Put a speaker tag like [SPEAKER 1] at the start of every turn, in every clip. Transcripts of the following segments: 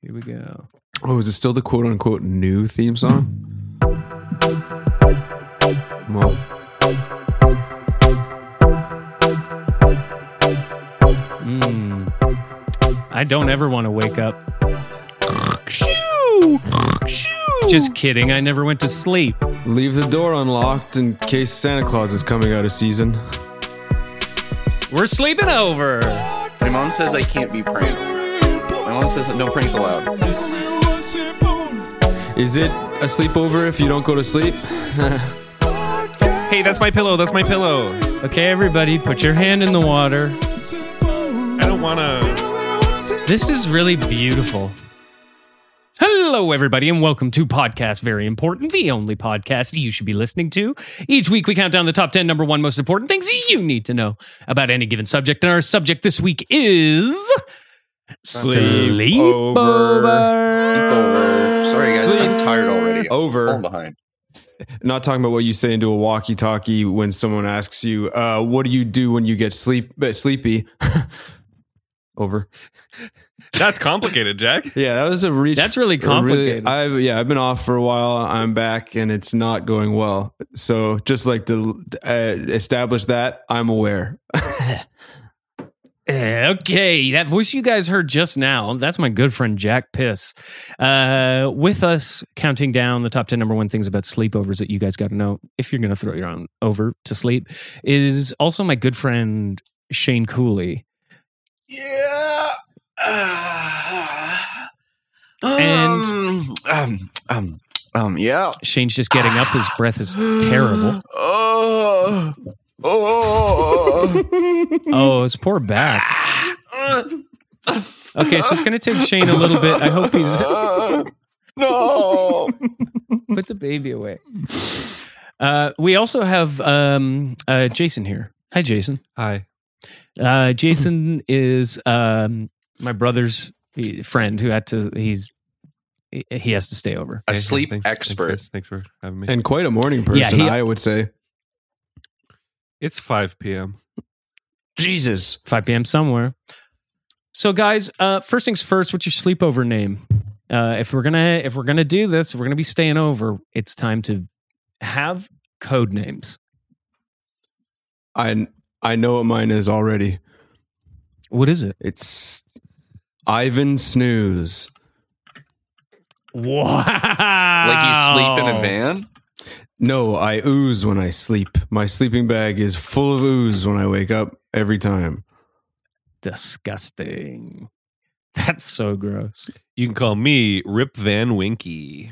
[SPEAKER 1] Here we go.
[SPEAKER 2] Oh, is it still the quote unquote new theme song? Well,
[SPEAKER 1] Mm. I don't ever want to wake up. Just kidding. I never went to sleep.
[SPEAKER 2] leave the door unlocked in case Santa Claus is coming out of season.
[SPEAKER 1] We're sleeping over.
[SPEAKER 3] My mom says I can't be pranked. My mom says that no pranks allowed.
[SPEAKER 2] Is it a sleepover if you don't go to sleep?
[SPEAKER 1] Hey, that's my pillow. That's my pillow. Okay, everybody, put your hand in the water.
[SPEAKER 4] I don't want to.
[SPEAKER 1] This is really beautiful. Hello, everybody, and welcome to Podcast Very Important, the only podcast you should be listening to. Each week, we count down the top 10 number one most important things you need to know about any given subject. And our subject this week is Sleepover.
[SPEAKER 3] Over. Sorry, guys.
[SPEAKER 2] Sleep.
[SPEAKER 3] I'm tired already.
[SPEAKER 2] Over.
[SPEAKER 3] I'm behind.
[SPEAKER 2] Not talking about what you say into a walkie-talkie when someone asks you, uh, "What do you do when you get sleep uh, sleepy?" Over.
[SPEAKER 4] That's complicated, Jack.
[SPEAKER 2] Yeah, that was a reach.
[SPEAKER 1] That's really
[SPEAKER 2] a
[SPEAKER 1] complicated.
[SPEAKER 2] I've yeah, I've been off for a while. I'm back, and it's not going well. So just like to uh, establish that, I'm aware.
[SPEAKER 1] Eh, Okay, that voice you guys heard just now, that's my good friend Jack Piss. Uh, with us counting down the top 10 number one things about sleepovers that you guys got to know if you're going to throw your own over to sleep, is also my good friend Shane Cooley.
[SPEAKER 3] Yeah. Ah.
[SPEAKER 1] And-
[SPEAKER 3] um,
[SPEAKER 1] Ah.
[SPEAKER 3] um, um, um, yeah.
[SPEAKER 1] Shane's just getting up. His breath is terrible.
[SPEAKER 3] Oh. Oh.
[SPEAKER 1] Oh, his poor back. Okay, so it's going to take Shane a little bit. I hope he's.
[SPEAKER 3] Ah. no.
[SPEAKER 1] Put the baby away. Uh, we also have um, uh, Jason here. Hi, Jason.
[SPEAKER 4] Hi.
[SPEAKER 1] Uh, Jason is um, my brother's eh, friend who had to. He's he- he has to stay over.
[SPEAKER 3] A sleep expert.
[SPEAKER 4] Thanks, for having me.
[SPEAKER 2] and quite a morning person,
[SPEAKER 1] Yeah, he-
[SPEAKER 2] I would say.
[SPEAKER 4] it's 5 p.m.
[SPEAKER 2] Jesus,
[SPEAKER 1] 5 p.m. somewhere. So, guys, uh, first things first. What's your sleepover name? Uh, if we're gonna if we're gonna do this, if we're gonna be staying over. It's time to have code names.
[SPEAKER 2] I I know what mine is already.
[SPEAKER 1] What is it?
[SPEAKER 2] It's Ivan Snooze.
[SPEAKER 1] Wow!
[SPEAKER 3] Like you
[SPEAKER 1] Like
[SPEAKER 3] sleep in a van?
[SPEAKER 2] No, I ooze when I sleep. My sleeping bag is full of ooze when I wake up every time.
[SPEAKER 1] Disgusting. That's so gross.
[SPEAKER 4] You can call me Rip Van Winky.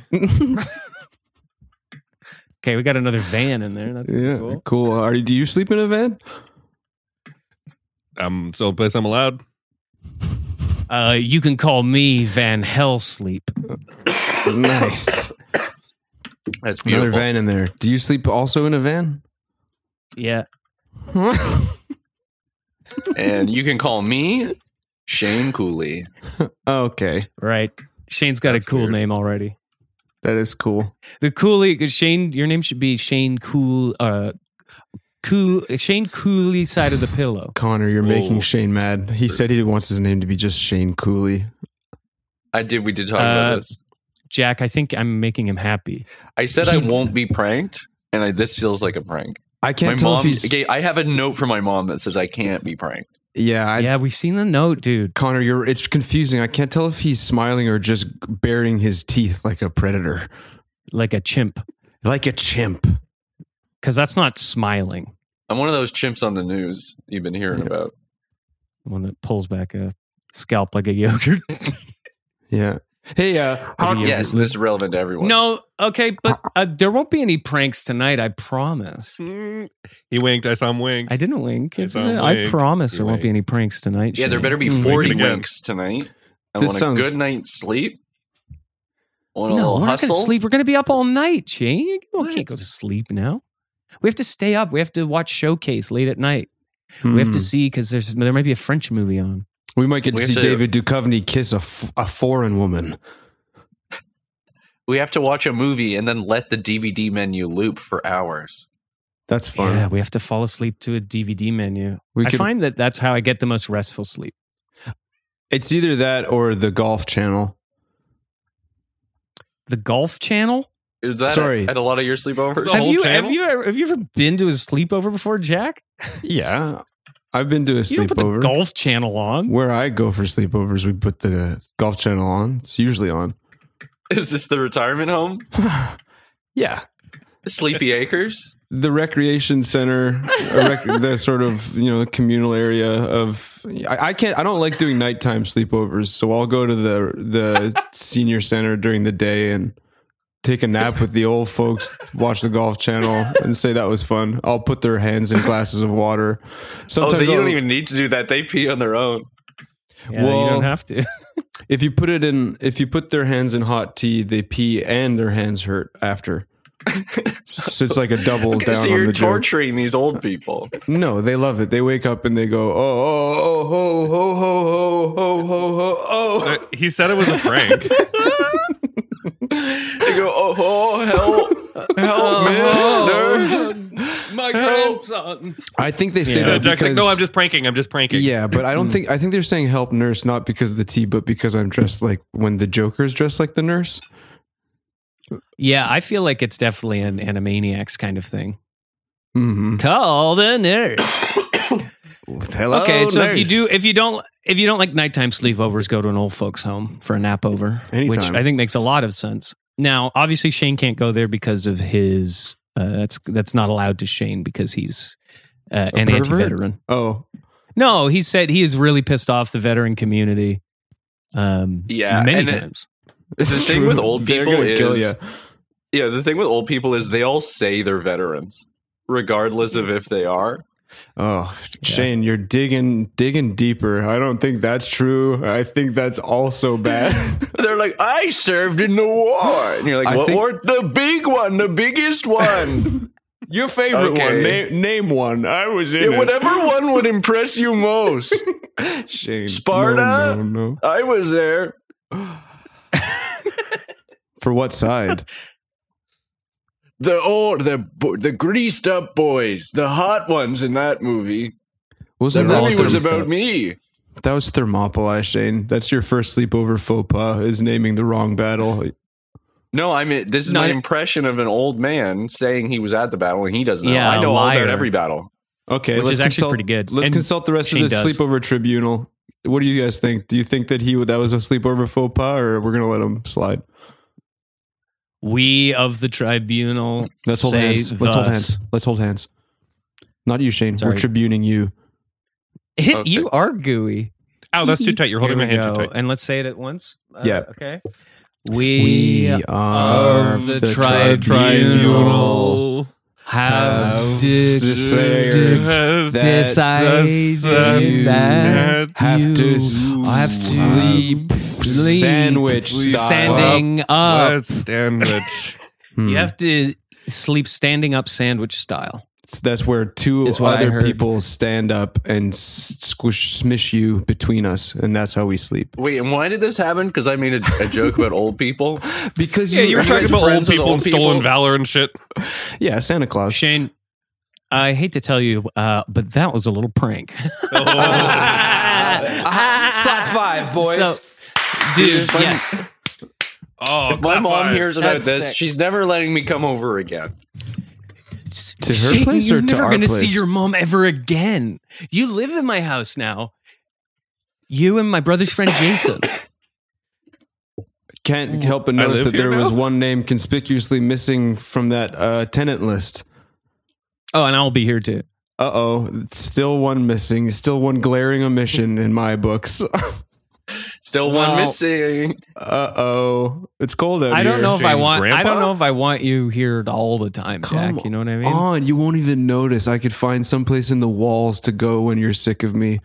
[SPEAKER 1] Okay, we got another van in there. That's
[SPEAKER 2] Yeah,
[SPEAKER 1] cool.
[SPEAKER 2] cool. Artie, do you sleep in a van?
[SPEAKER 4] I'm it's the only place I'm allowed.
[SPEAKER 1] Uh, you can call me Van Hell Sleep.
[SPEAKER 2] nice.
[SPEAKER 3] That's beautiful.
[SPEAKER 2] Another van in there. Do you sleep also in a van?
[SPEAKER 1] Yeah.
[SPEAKER 3] And you can call me Shane Cooley.
[SPEAKER 2] okay,
[SPEAKER 1] Right. Shane's got
[SPEAKER 4] That's
[SPEAKER 1] a cool
[SPEAKER 4] weird.
[SPEAKER 1] name already.
[SPEAKER 2] that is cool.
[SPEAKER 1] The Cooley 'cause Shane, your name should be Shane Cool uh Cool uh, Shane Cooley side of the pillow.
[SPEAKER 2] Connor, you're making
[SPEAKER 3] Ooh.
[SPEAKER 2] Shane mad. He said he wants his name to be just Shane Cooley.
[SPEAKER 3] I did. We did talk
[SPEAKER 1] Uh,
[SPEAKER 3] about this.
[SPEAKER 1] Jack, I think I'm making him happy.
[SPEAKER 3] I said I won't be pranked, and I, this feels like a prank.
[SPEAKER 2] I can't
[SPEAKER 3] my
[SPEAKER 2] tell
[SPEAKER 3] mom.
[SPEAKER 2] if he's.
[SPEAKER 3] Okay, I have a note from my mom that says I can't be pranked.
[SPEAKER 2] Yeah, I,
[SPEAKER 1] yeah, we've seen the note, dude.
[SPEAKER 2] Connor, you're. It's confusing. I can't tell if he's smiling or just baring his teeth like a predator,
[SPEAKER 1] Like a chimp.
[SPEAKER 2] like a chimp.
[SPEAKER 1] Because that's not smiling.
[SPEAKER 3] I'm one of those chimps on the news you've been hearing about.
[SPEAKER 1] The one that pulls back a scalp like a yogurt.
[SPEAKER 2] Yeah. Hey, uh, how,
[SPEAKER 1] Yeah,
[SPEAKER 3] yes, this is relevant to everyone.
[SPEAKER 1] no, okay, but uh, there won't be any pranks tonight, I promise.
[SPEAKER 4] Mm. He winked. I saw him wink.
[SPEAKER 1] I didn't wink.
[SPEAKER 4] It's
[SPEAKER 1] It's-
[SPEAKER 4] on
[SPEAKER 1] I
[SPEAKER 4] wink.
[SPEAKER 1] promise
[SPEAKER 4] You
[SPEAKER 1] there won't be any pranks tonight.
[SPEAKER 3] Yeah, there
[SPEAKER 1] Shane.
[SPEAKER 3] better be
[SPEAKER 2] Mm.
[SPEAKER 3] 40
[SPEAKER 4] Thinking again.
[SPEAKER 3] winks tonight. I
[SPEAKER 2] This
[SPEAKER 3] want a
[SPEAKER 2] sounds-
[SPEAKER 3] good night's sleep. I Want a
[SPEAKER 1] No,
[SPEAKER 3] little
[SPEAKER 1] we're not
[SPEAKER 3] hustle.
[SPEAKER 1] going to sleep. We're going to be up all night, Shane. You
[SPEAKER 3] What?
[SPEAKER 1] can't go to sleep now. We have to stay up. We have to watch Showcase late at night. We
[SPEAKER 4] Mm.
[SPEAKER 1] have to
[SPEAKER 2] Hmm.
[SPEAKER 1] see because there's there might be a French movie on.
[SPEAKER 2] We might get to
[SPEAKER 3] We have
[SPEAKER 2] see
[SPEAKER 3] to-
[SPEAKER 2] David Duchovny kiss a, f- a foreign woman.
[SPEAKER 3] We have to watch a movie and then let the DVD menu loop for hours.
[SPEAKER 2] That's fun.
[SPEAKER 1] Yeah, we have to fall asleep to a DVD menu.
[SPEAKER 2] We
[SPEAKER 1] I
[SPEAKER 2] could,
[SPEAKER 1] find that that's how I get the most restful sleep.
[SPEAKER 2] it's either that or the golf channel.
[SPEAKER 1] the golf channel.
[SPEAKER 3] Is that
[SPEAKER 2] Sorry.
[SPEAKER 3] at a lot of your sleepovers?
[SPEAKER 4] The
[SPEAKER 1] have
[SPEAKER 4] whole
[SPEAKER 1] you
[SPEAKER 4] channel?
[SPEAKER 1] have you ever, have you ever been to a sleepover before, Jack?
[SPEAKER 2] Yeah, I've been to a
[SPEAKER 1] You don't put the
[SPEAKER 2] sleepover.
[SPEAKER 1] golf channel on.
[SPEAKER 2] Where I go for sleepovers, we put the golf channel on. It's usually on.
[SPEAKER 3] Is this the retirement home?
[SPEAKER 2] yeah,
[SPEAKER 3] Sleepy Acres?
[SPEAKER 2] the recreation center, or rec- the sort of you know communal area of. I, I can't. I don't like doing nighttime sleepovers, so I'll go to the the senior center during the day and take a nap with the old folks, watch the golf channel, and say that was fun. I'll put their hands in glasses of water.
[SPEAKER 3] Oh,
[SPEAKER 2] Sometimes
[SPEAKER 3] they, you
[SPEAKER 2] I'll-
[SPEAKER 3] don't even need to do that. They pee on their own.
[SPEAKER 1] Yeah, you
[SPEAKER 2] Well-
[SPEAKER 1] don't have to.
[SPEAKER 2] if you put it in, if you put their hands in hot tea, they pee and their hands hurt after. so it's like a double
[SPEAKER 3] Okay,
[SPEAKER 2] down
[SPEAKER 3] so
[SPEAKER 2] on
[SPEAKER 3] you're
[SPEAKER 2] the joke.
[SPEAKER 3] torturing these old people.
[SPEAKER 2] No, they love it. They wake up and they go, oh, oh, oh, ho, ho, ho, ho, ho, oh." ho,
[SPEAKER 4] Uh, He said it was a prank.
[SPEAKER 3] They go, oh, oh help, help,
[SPEAKER 2] Oh,
[SPEAKER 3] miss, nurse.
[SPEAKER 1] My
[SPEAKER 3] grandson.
[SPEAKER 2] I think they say
[SPEAKER 1] Yeah.
[SPEAKER 4] Uh,
[SPEAKER 2] that
[SPEAKER 4] Jack's
[SPEAKER 2] because,
[SPEAKER 4] like, no, I'm just pranking. I'm just pranking.
[SPEAKER 2] yeah, but I don't think I think they're saying help nurse not because of the tea, but because I'm dressed like when the Joker is dressed like the nurse.
[SPEAKER 1] Yeah, I feel like it's definitely an animaniacs kind of thing.
[SPEAKER 2] Mm-hmm.
[SPEAKER 1] Call the nurse.
[SPEAKER 2] Hello,
[SPEAKER 1] Okay, so if you
[SPEAKER 2] nurse.
[SPEAKER 1] do, if you don't, if you don't like nighttime sleepovers, go to an old folks' home for a nap over, which
[SPEAKER 2] Anytime.
[SPEAKER 1] I think makes a lot of sense. Now, obviously, Shane can't go there because of his. Uh, that's that's not allowed to Shane because he's uh,
[SPEAKER 2] A
[SPEAKER 1] an
[SPEAKER 2] pervert?
[SPEAKER 1] anti-veteran.
[SPEAKER 2] oh,
[SPEAKER 1] No, he said he is really pissed off the veteran community. Um,
[SPEAKER 3] Yeah,
[SPEAKER 1] many
[SPEAKER 3] and it-
[SPEAKER 1] times.
[SPEAKER 3] The thing with old
[SPEAKER 2] They're
[SPEAKER 3] people
[SPEAKER 2] gonna kill
[SPEAKER 3] is-
[SPEAKER 2] ya.
[SPEAKER 3] Yeah, the thing with old people is they all say they're veterans, regardless of if they are.
[SPEAKER 2] Oh, Shane, you're digging digging deeper. I don't think that's true. I think that's also bad.
[SPEAKER 3] They're like, I served in the war, and you're like,
[SPEAKER 2] I
[SPEAKER 3] what
[SPEAKER 2] think-
[SPEAKER 3] war? The big one, the biggest one,
[SPEAKER 2] Your favorite
[SPEAKER 3] Okay.
[SPEAKER 2] one, name, name one. I was in it.
[SPEAKER 3] Yeah, whatever one would impress you most.
[SPEAKER 2] Shane, no,
[SPEAKER 3] Sparta?
[SPEAKER 2] no, no.
[SPEAKER 3] I was there.
[SPEAKER 2] For what side?
[SPEAKER 3] The old, the bo- the greased up boys, the hot ones in that movie. The
[SPEAKER 2] Wasn't
[SPEAKER 3] movie
[SPEAKER 2] that
[SPEAKER 3] was
[SPEAKER 2] Thermopylae?
[SPEAKER 3] about me.
[SPEAKER 2] That was Thermopylae, Shane. That's your first sleepover faux pas is naming the wrong battle.
[SPEAKER 3] No, I mean this is
[SPEAKER 1] No,
[SPEAKER 3] my
[SPEAKER 1] I-
[SPEAKER 3] impression of an old man saying he was at the battle and he doesn't know.
[SPEAKER 1] Yeah,
[SPEAKER 3] I know all
[SPEAKER 1] liar.
[SPEAKER 3] about every battle.
[SPEAKER 2] Okay,
[SPEAKER 1] Which
[SPEAKER 2] let's
[SPEAKER 1] is actually
[SPEAKER 2] consult-
[SPEAKER 1] pretty good.
[SPEAKER 2] Let's
[SPEAKER 1] And
[SPEAKER 2] consult the rest
[SPEAKER 1] Shane
[SPEAKER 2] of the
[SPEAKER 1] does.
[SPEAKER 2] sleepover tribunal. What do you guys think? Do you think that he that was a sleepover faux pas, or we're gonna let him slide?
[SPEAKER 1] We of the tribunal.
[SPEAKER 2] Let's hold
[SPEAKER 1] say
[SPEAKER 2] hands. Let's hold
[SPEAKER 1] thus.
[SPEAKER 2] hands. Let's hold hands. Not you, Shane.
[SPEAKER 1] Sorry.
[SPEAKER 2] We're tribuning you.
[SPEAKER 3] Okay.
[SPEAKER 1] You are gooey.
[SPEAKER 4] Oh, that's too tight. You're holding my
[SPEAKER 1] Here we
[SPEAKER 4] hand too
[SPEAKER 1] go.
[SPEAKER 4] tight.
[SPEAKER 1] And let's say it at once. Uh,
[SPEAKER 2] Yeah.
[SPEAKER 1] Okay. We,
[SPEAKER 2] are
[SPEAKER 1] of the, tribunal,
[SPEAKER 2] tri-
[SPEAKER 4] tribunal
[SPEAKER 1] have
[SPEAKER 2] have declared
[SPEAKER 1] declared
[SPEAKER 4] That
[SPEAKER 1] decided
[SPEAKER 4] sun
[SPEAKER 1] that
[SPEAKER 2] have
[SPEAKER 1] you
[SPEAKER 2] to
[SPEAKER 1] have to
[SPEAKER 2] sleep
[SPEAKER 1] sleep
[SPEAKER 2] sandwich style.
[SPEAKER 1] standing up.
[SPEAKER 4] Let's stand with-
[SPEAKER 2] Hmm.
[SPEAKER 1] You have to sleep standing up, sandwich style.
[SPEAKER 2] That's where two
[SPEAKER 1] Is what I
[SPEAKER 2] other
[SPEAKER 1] heard.
[SPEAKER 2] people stand up and s- squish smish you between us, and that's how we sleep.
[SPEAKER 3] Wait, and why did this happen? Because I made a, a joke about old people.
[SPEAKER 2] Because
[SPEAKER 4] Yeah, you were
[SPEAKER 3] guys
[SPEAKER 4] talking about old
[SPEAKER 3] friends with
[SPEAKER 4] people
[SPEAKER 3] old
[SPEAKER 4] and stolen
[SPEAKER 3] people?
[SPEAKER 4] valor and shit.
[SPEAKER 2] yeah, Santa Claus.
[SPEAKER 1] Shane, I hate to tell you, uh, but that was a little prank.
[SPEAKER 4] Oh,
[SPEAKER 2] Slap five, boys.
[SPEAKER 1] So, dude, yes.
[SPEAKER 4] Oh,
[SPEAKER 3] If my
[SPEAKER 4] clap
[SPEAKER 3] mom
[SPEAKER 4] five.
[SPEAKER 3] hears about
[SPEAKER 1] That's
[SPEAKER 3] this,
[SPEAKER 1] sick.
[SPEAKER 3] she's never letting me come over again.
[SPEAKER 2] To her
[SPEAKER 1] Shane,
[SPEAKER 2] place
[SPEAKER 1] you're
[SPEAKER 2] or to
[SPEAKER 1] never
[SPEAKER 2] our
[SPEAKER 1] gonna see
[SPEAKER 2] place?
[SPEAKER 1] your mom ever again. You live in my house now. You and my brother's friend Jason.
[SPEAKER 2] Can't help but notice
[SPEAKER 4] live
[SPEAKER 2] that
[SPEAKER 4] here
[SPEAKER 2] there
[SPEAKER 4] now?
[SPEAKER 2] was one name conspicuously missing from that uh, tenant list.
[SPEAKER 1] oh, and I'll be here too.
[SPEAKER 2] Uh oh, still one missing, still one glaring omission in my books. uh
[SPEAKER 3] Still one
[SPEAKER 1] Well-
[SPEAKER 3] missing.
[SPEAKER 2] oh, it's cold out
[SPEAKER 1] I
[SPEAKER 2] here.
[SPEAKER 1] don't know if I
[SPEAKER 4] Shane's
[SPEAKER 1] want. I
[SPEAKER 4] grandpa?
[SPEAKER 1] don't know if I want you here all the time,
[SPEAKER 2] Come
[SPEAKER 1] Jack. You know what I mean?
[SPEAKER 2] On, you won't even notice. I could find someplace in the walls to go when you're sick of me.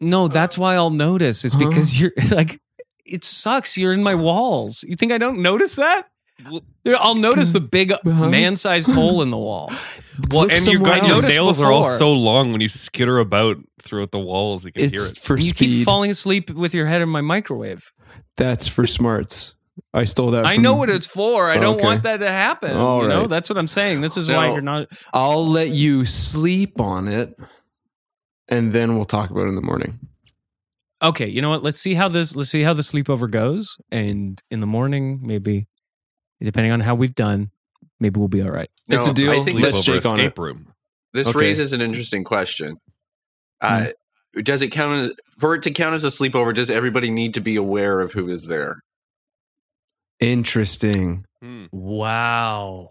[SPEAKER 1] No, that's why I'll notice. Is because you're like, it sucks. You're in my walls. You think I don't notice that? I'll notice
[SPEAKER 2] Mm.
[SPEAKER 1] the big man-sized hole in the wall.
[SPEAKER 2] Look
[SPEAKER 4] and your,
[SPEAKER 2] somewhere
[SPEAKER 4] and your
[SPEAKER 1] noticed
[SPEAKER 2] else.
[SPEAKER 4] nails are all
[SPEAKER 1] before.
[SPEAKER 4] so long when you skitter about throughout the walls. You can hear
[SPEAKER 2] It's
[SPEAKER 4] it.
[SPEAKER 2] for
[SPEAKER 1] You keep
[SPEAKER 2] speed.
[SPEAKER 1] falling asleep with your head in my microwave.
[SPEAKER 2] That's for smarts. I stole that.
[SPEAKER 1] I
[SPEAKER 2] Uh, from-
[SPEAKER 1] know what it's for. I don't
[SPEAKER 2] Okay.
[SPEAKER 1] want that to happen.
[SPEAKER 2] All
[SPEAKER 1] you know,
[SPEAKER 2] right.
[SPEAKER 1] that's what I'm saying. This is why
[SPEAKER 3] No.
[SPEAKER 1] you're not.
[SPEAKER 2] I'll let you sleep on it, and then we'll talk about it in the morning.
[SPEAKER 1] Okay, you know what? Let's see how this. Let's see how the sleepover goes, and in the morning, maybe depending on how we've done, maybe we'll be all right.
[SPEAKER 5] No,
[SPEAKER 2] it's a deal.
[SPEAKER 4] I think
[SPEAKER 2] Let's
[SPEAKER 4] over
[SPEAKER 2] shake on
[SPEAKER 4] escape
[SPEAKER 2] it.
[SPEAKER 4] room.
[SPEAKER 3] This
[SPEAKER 2] Okay.
[SPEAKER 3] raises an interesting question. Uh, does it count as, for it to count as a sleepover? Does everybody need to be aware of who is there?
[SPEAKER 2] Interesting.
[SPEAKER 4] Hmm.
[SPEAKER 1] Wow.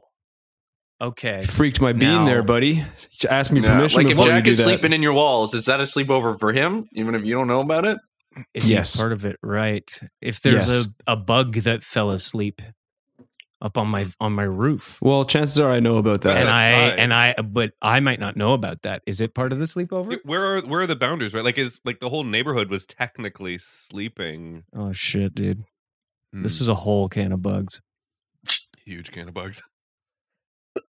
[SPEAKER 1] Okay.
[SPEAKER 2] Freaked my bean
[SPEAKER 1] Now-
[SPEAKER 2] there, buddy. Ask me
[SPEAKER 3] No,
[SPEAKER 2] permission
[SPEAKER 3] like if
[SPEAKER 2] before
[SPEAKER 3] Jack
[SPEAKER 2] you do
[SPEAKER 3] is
[SPEAKER 2] that.
[SPEAKER 3] sleeping in your walls, is that a sleepover for him? Even if you don't know about it,
[SPEAKER 1] Is he
[SPEAKER 2] Yes.
[SPEAKER 1] part of it, right? If there's
[SPEAKER 2] Yes.
[SPEAKER 1] a, a bug that fell asleep up on my on my roof.
[SPEAKER 2] Well, chances are I know about that.
[SPEAKER 1] and I
[SPEAKER 4] outside.
[SPEAKER 1] and I but I might not know about that. Is it part of the sleepover?
[SPEAKER 4] Where are where are the boundaries? Right, like is like the whole neighborhood was technically sleeping.
[SPEAKER 1] Oh shit, dude. This
[SPEAKER 3] Mm.
[SPEAKER 4] Hmm.
[SPEAKER 1] is a whole can of bugs.
[SPEAKER 4] huge can of bugs.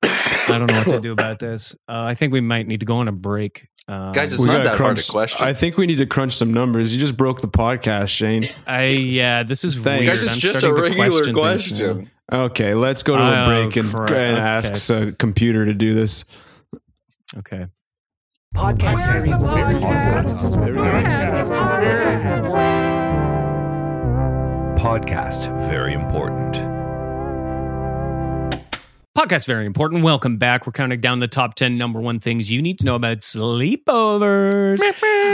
[SPEAKER 1] I don't know what to do about this. Uh, I think we might need to go on a break. Um,
[SPEAKER 3] Guys, it's
[SPEAKER 2] We
[SPEAKER 3] not
[SPEAKER 2] gotta
[SPEAKER 3] that hard to
[SPEAKER 2] crunch-
[SPEAKER 3] question.
[SPEAKER 2] I think we need to crunch some numbers. You just broke the podcast, Shane.
[SPEAKER 1] I yeah, this is
[SPEAKER 2] Thanks.
[SPEAKER 1] weird.
[SPEAKER 3] Guys, it's
[SPEAKER 1] I'm
[SPEAKER 3] just a
[SPEAKER 1] starting to
[SPEAKER 3] regular
[SPEAKER 1] question. things now.
[SPEAKER 3] question.
[SPEAKER 2] Okay, let's go to
[SPEAKER 1] Oh,
[SPEAKER 2] a break and,
[SPEAKER 1] crap.
[SPEAKER 2] and ask a computer to do this.
[SPEAKER 1] Okay.
[SPEAKER 6] Podcast Where's the podcast? Where's the podcast?
[SPEAKER 7] Podcast Very Important.
[SPEAKER 1] Podcast very important. Welcome back. We're counting down the top 10 number one things you need to know about sleepovers.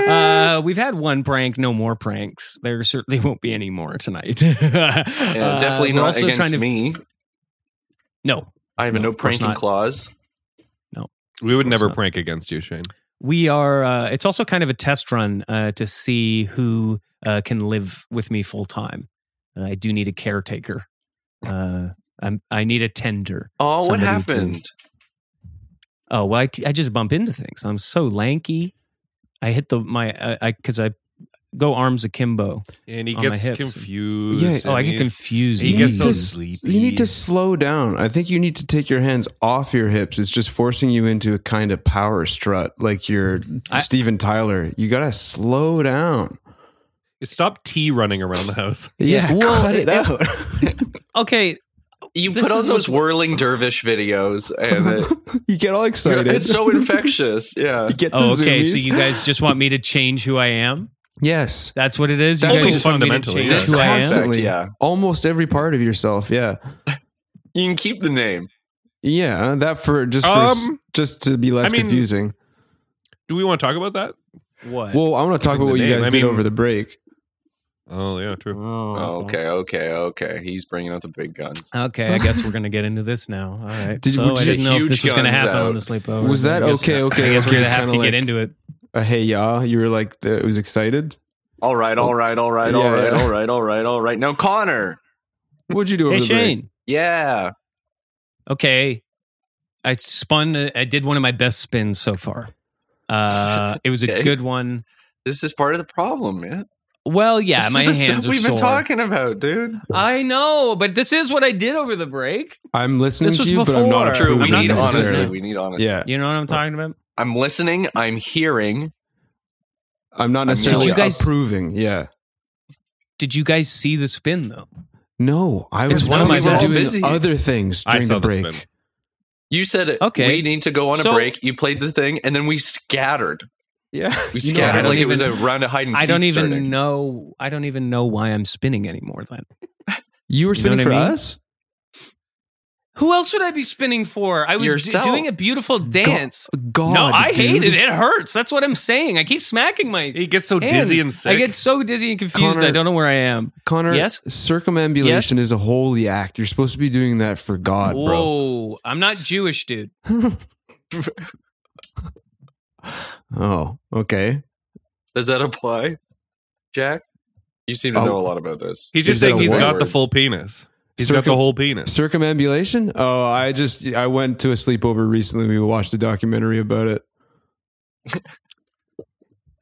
[SPEAKER 1] Uh, we've had one prank, no more pranks. There certainly won't be any more tonight. Uh,
[SPEAKER 3] Yeah, definitely not against me.
[SPEAKER 1] No,
[SPEAKER 3] I have a
[SPEAKER 1] No,
[SPEAKER 3] no
[SPEAKER 1] of course
[SPEAKER 3] pranking
[SPEAKER 1] not.
[SPEAKER 3] clause.
[SPEAKER 4] We would
[SPEAKER 1] course
[SPEAKER 4] never
[SPEAKER 1] not.
[SPEAKER 4] prank against you, Shane.
[SPEAKER 1] we are. Uh, it's also kind of a test run uh, to see who uh, can live with me full time. Uh, I do need a caretaker. Uh, I'm, I need a tender.
[SPEAKER 3] Oh, what
[SPEAKER 1] Somebody to-
[SPEAKER 3] happened?
[SPEAKER 1] Oh well, I, c- I just bump into things. I'm so lanky. I hit the my uh, I because I go arms akimbo.
[SPEAKER 4] And he
[SPEAKER 1] On my
[SPEAKER 4] gets
[SPEAKER 1] hips.
[SPEAKER 4] confused.
[SPEAKER 2] Yeah,
[SPEAKER 1] Oh, I
[SPEAKER 4] and
[SPEAKER 1] get
[SPEAKER 4] he's-
[SPEAKER 1] confused.
[SPEAKER 4] He
[SPEAKER 2] You
[SPEAKER 4] gets
[SPEAKER 2] need
[SPEAKER 4] so
[SPEAKER 2] to-
[SPEAKER 4] sleepy.
[SPEAKER 2] You need to slow down. I think you need to take your hands off your hips. It's just forcing you into a kind of power strut, like you're
[SPEAKER 1] I-
[SPEAKER 2] Steven Tyler. You gotta slow down.
[SPEAKER 4] stop tea running around the house.
[SPEAKER 2] Yeah,
[SPEAKER 1] well,
[SPEAKER 2] cut it out.
[SPEAKER 1] okay,
[SPEAKER 3] You
[SPEAKER 1] This
[SPEAKER 3] put on
[SPEAKER 1] is
[SPEAKER 3] those whirling dervish videos, and
[SPEAKER 2] you get all
[SPEAKER 3] it,
[SPEAKER 2] excited.
[SPEAKER 3] it's so infectious. Yeah,
[SPEAKER 2] You get the
[SPEAKER 1] Oh, okay. So
[SPEAKER 2] zoomies.
[SPEAKER 1] you guys just want me to change who I am?
[SPEAKER 2] yes,
[SPEAKER 1] That's what it is. You
[SPEAKER 2] That's
[SPEAKER 1] guys
[SPEAKER 2] only
[SPEAKER 1] just want me to
[SPEAKER 4] fundamentally,
[SPEAKER 1] change
[SPEAKER 4] yeah.
[SPEAKER 1] who I am.
[SPEAKER 3] Concept.
[SPEAKER 2] constantly.
[SPEAKER 3] yeah.
[SPEAKER 2] almost every part of yourself. Yeah,
[SPEAKER 3] you can keep the name.
[SPEAKER 2] yeah. That for just for, s-
[SPEAKER 4] Um,
[SPEAKER 2] just to be less
[SPEAKER 4] I mean-
[SPEAKER 2] confusing.
[SPEAKER 4] Do we want to talk about that?
[SPEAKER 1] What?
[SPEAKER 2] Well, I want to talk
[SPEAKER 4] Keeping
[SPEAKER 2] about
[SPEAKER 4] the
[SPEAKER 2] what you
[SPEAKER 4] name.
[SPEAKER 2] guys
[SPEAKER 4] I
[SPEAKER 2] did
[SPEAKER 4] mean-
[SPEAKER 2] over the break.
[SPEAKER 4] Oh yeah, true.
[SPEAKER 1] Uh-huh.
[SPEAKER 3] Oh, okay, okay, okay. He's bringing out the big guns.
[SPEAKER 1] okay, I guess we're gonna get into this now. All right.
[SPEAKER 2] Did-
[SPEAKER 1] so
[SPEAKER 2] would
[SPEAKER 1] I
[SPEAKER 2] you-
[SPEAKER 1] didn't know if this
[SPEAKER 3] Huge
[SPEAKER 1] was gonna
[SPEAKER 3] guns
[SPEAKER 1] happen on
[SPEAKER 3] out.
[SPEAKER 1] the sleepover.
[SPEAKER 2] Was that
[SPEAKER 1] I guess-
[SPEAKER 2] okay, okay,
[SPEAKER 1] I guess
[SPEAKER 2] okay,
[SPEAKER 1] we're gonna have to
[SPEAKER 2] kinda
[SPEAKER 1] get
[SPEAKER 2] like-
[SPEAKER 1] into it.
[SPEAKER 2] A hey ya, you were like the, it was excited.
[SPEAKER 3] All right, all right, all right, all
[SPEAKER 2] Yeah,
[SPEAKER 3] right,
[SPEAKER 2] yeah.
[SPEAKER 3] all right, all right, all right. Now, Connor.
[SPEAKER 2] What'd you do over
[SPEAKER 1] Hey
[SPEAKER 2] the break?
[SPEAKER 1] Shane.
[SPEAKER 3] Yeah.
[SPEAKER 1] Okay, I spun. uh, I did one of my best spins so far. Uh, it was a
[SPEAKER 3] Okay.
[SPEAKER 1] good one.
[SPEAKER 3] This is part of the problem, man.
[SPEAKER 1] Well, yeah,
[SPEAKER 3] This is
[SPEAKER 1] my
[SPEAKER 3] the stuff
[SPEAKER 1] hands are
[SPEAKER 3] We've
[SPEAKER 1] sore.
[SPEAKER 3] been talking about, dude.
[SPEAKER 1] I know, but this is what I did over the break.
[SPEAKER 2] I'm listening
[SPEAKER 1] This
[SPEAKER 2] to
[SPEAKER 1] was
[SPEAKER 2] you, but I'm not
[SPEAKER 1] before. True,
[SPEAKER 2] approving
[SPEAKER 3] We
[SPEAKER 1] I'm not
[SPEAKER 3] need honesty.
[SPEAKER 2] necessarily.
[SPEAKER 3] We need honesty.
[SPEAKER 2] Yeah,
[SPEAKER 1] You know what I'm talking about?
[SPEAKER 3] I'm listening. I'm hearing.
[SPEAKER 2] I'm not
[SPEAKER 3] Did
[SPEAKER 2] necessarily
[SPEAKER 1] you guys-
[SPEAKER 2] approving. Yeah,
[SPEAKER 1] Did you guys see the spin though?
[SPEAKER 2] no, I
[SPEAKER 1] It's
[SPEAKER 2] was
[SPEAKER 1] one of my
[SPEAKER 2] focused on
[SPEAKER 1] best-
[SPEAKER 2] doing
[SPEAKER 3] busy.
[SPEAKER 2] other things
[SPEAKER 4] I
[SPEAKER 2] during
[SPEAKER 4] saw
[SPEAKER 2] the
[SPEAKER 4] the
[SPEAKER 2] break.
[SPEAKER 4] spin.
[SPEAKER 3] You said it.
[SPEAKER 1] Okay.
[SPEAKER 3] We need to go on a
[SPEAKER 1] So-
[SPEAKER 3] break. You played the thing, and then we scattered.
[SPEAKER 2] Yeah,
[SPEAKER 3] We
[SPEAKER 2] You know, I
[SPEAKER 3] scattered
[SPEAKER 2] don't
[SPEAKER 3] like it was a
[SPEAKER 1] even-
[SPEAKER 3] round of hide and seek.
[SPEAKER 1] I don't even
[SPEAKER 3] starting.
[SPEAKER 1] know. I don't even know why I'm spinning anymore. Then
[SPEAKER 2] You
[SPEAKER 1] You know
[SPEAKER 2] were spinning
[SPEAKER 1] what I
[SPEAKER 2] for
[SPEAKER 1] mean?
[SPEAKER 2] us?
[SPEAKER 1] who else would I be spinning for? I was d-
[SPEAKER 3] Yourself.
[SPEAKER 1] doing a beautiful dance.
[SPEAKER 2] God,
[SPEAKER 1] no, I hate it.
[SPEAKER 2] dude.
[SPEAKER 1] It hurts. That's what I'm saying. I keep smacking my.
[SPEAKER 4] He gets so
[SPEAKER 1] hands.
[SPEAKER 4] dizzy and sick.
[SPEAKER 1] I get so dizzy and confused.
[SPEAKER 2] Connor-
[SPEAKER 1] I don't know where I am.
[SPEAKER 2] Connor.
[SPEAKER 1] Yes?
[SPEAKER 2] circumambulation is a holy act. You're supposed to be doing that for God, bro.
[SPEAKER 1] Whoa! I'm not Jewish, dude.
[SPEAKER 2] Oh, okay.
[SPEAKER 3] Does that apply, Jack? You seem to
[SPEAKER 2] Oh.
[SPEAKER 3] know a lot about this.
[SPEAKER 4] He's
[SPEAKER 2] Is
[SPEAKER 4] just
[SPEAKER 2] that
[SPEAKER 4] saying
[SPEAKER 2] a
[SPEAKER 4] he's
[SPEAKER 2] word?
[SPEAKER 4] got the full penis. He's got
[SPEAKER 2] Circum-
[SPEAKER 4] the whole penis.
[SPEAKER 2] Circumambulation? Oh, I just I went to a sleepover recently. We watched a documentary about it.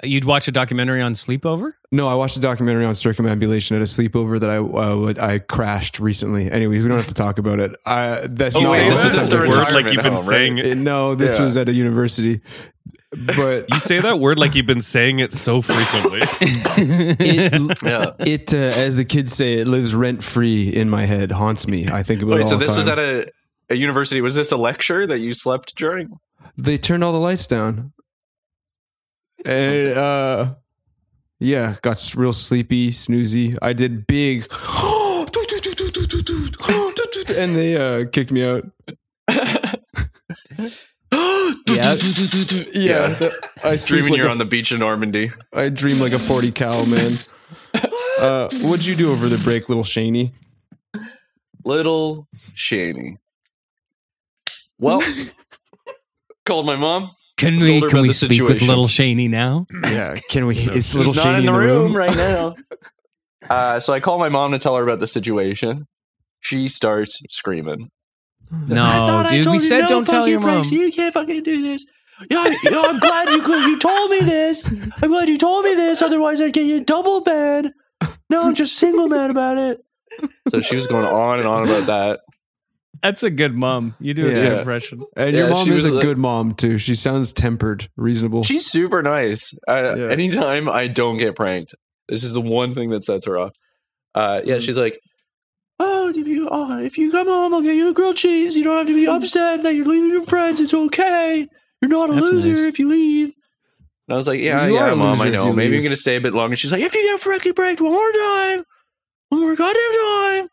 [SPEAKER 1] You'd watch a documentary on sleepover.
[SPEAKER 2] No, I watched a documentary on circumambulation at a sleepover that I uh, would- I crashed recently. Anyways, we don't have to talk about it. I that's
[SPEAKER 3] Oh,
[SPEAKER 2] not
[SPEAKER 3] wait,
[SPEAKER 2] what
[SPEAKER 3] this
[SPEAKER 2] I'm
[SPEAKER 3] is
[SPEAKER 2] saying.
[SPEAKER 3] at the
[SPEAKER 4] word like
[SPEAKER 3] retirement
[SPEAKER 4] you've been
[SPEAKER 3] home, right?
[SPEAKER 4] saying it.
[SPEAKER 2] Uh, No, this
[SPEAKER 3] Yeah.
[SPEAKER 2] was at a university. But
[SPEAKER 4] You say that word like you've been saying it so frequently.
[SPEAKER 2] it,
[SPEAKER 3] Yeah.
[SPEAKER 2] it uh, as the kids say, it lives rent free in my head, haunts me. I think about it
[SPEAKER 3] Wait,
[SPEAKER 2] all
[SPEAKER 3] so
[SPEAKER 2] the
[SPEAKER 3] this was
[SPEAKER 2] time.
[SPEAKER 3] at a, a university. Was this a lecture that you slept during?
[SPEAKER 2] they turned all the lights down. And uh yeah, got s- real sleepy, snoozy. I did big and they uh, kicked me out.
[SPEAKER 3] yeah.
[SPEAKER 2] yeah, the- I sleep
[SPEAKER 3] Dreaming
[SPEAKER 2] like
[SPEAKER 3] you're
[SPEAKER 2] a
[SPEAKER 3] on the beach in Normandy.
[SPEAKER 2] I dream like a 40 cow, man. Uh, what'd you do over the break, little Shaney?
[SPEAKER 3] Little
[SPEAKER 5] Shaney.
[SPEAKER 3] well called my mom.
[SPEAKER 1] Can
[SPEAKER 3] Told
[SPEAKER 1] we
[SPEAKER 3] her
[SPEAKER 1] can
[SPEAKER 3] about
[SPEAKER 1] we
[SPEAKER 3] the
[SPEAKER 1] speak with
[SPEAKER 3] situation.
[SPEAKER 1] little Shaney now?
[SPEAKER 2] Yeah, can we? It's
[SPEAKER 3] Who's not in the, room, right now. uh, so I call my mom to tell her about the situation. She starts screaming.
[SPEAKER 1] No, Oh, dude. We said don't tell your mom.
[SPEAKER 3] You can't fucking do this.
[SPEAKER 8] Yeah, you know, I'm glad you could, you told me this. I'm glad you told me this. Otherwise, I'd get you double bad. No, I'm just single mad about it.
[SPEAKER 3] So she was going on and on about that.
[SPEAKER 1] That's a good mom. You do a
[SPEAKER 2] Yeah.
[SPEAKER 1] good impression.
[SPEAKER 2] And your
[SPEAKER 3] Yeah,
[SPEAKER 2] mom
[SPEAKER 3] she
[SPEAKER 2] is
[SPEAKER 3] was
[SPEAKER 2] a
[SPEAKER 3] like-
[SPEAKER 2] good mom too. She sounds tempered, reasonable.
[SPEAKER 3] She's super nice. Uh,
[SPEAKER 2] Yeah.
[SPEAKER 3] Anytime I don't get pranked, this is the one thing that sets her off. Uh,
[SPEAKER 2] Mm-hmm.
[SPEAKER 3] yeah, she's like,
[SPEAKER 8] Oh, if you oh, if you come home, I'll get you a grilled cheese. You don't have to be upset that you're leaving your friends. It's okay. You're not a
[SPEAKER 1] That's
[SPEAKER 8] loser
[SPEAKER 1] nice.
[SPEAKER 8] if you leave.
[SPEAKER 3] and I was like, yeah,
[SPEAKER 2] You are
[SPEAKER 3] yeah,
[SPEAKER 2] a
[SPEAKER 3] mom,
[SPEAKER 2] loser
[SPEAKER 3] I
[SPEAKER 2] if
[SPEAKER 3] know.
[SPEAKER 2] you
[SPEAKER 3] Maybe
[SPEAKER 2] leave."
[SPEAKER 3] I'm gonna stay a bit longer. She's like,
[SPEAKER 8] If you get freaking pranked one more time, one more goddamn time,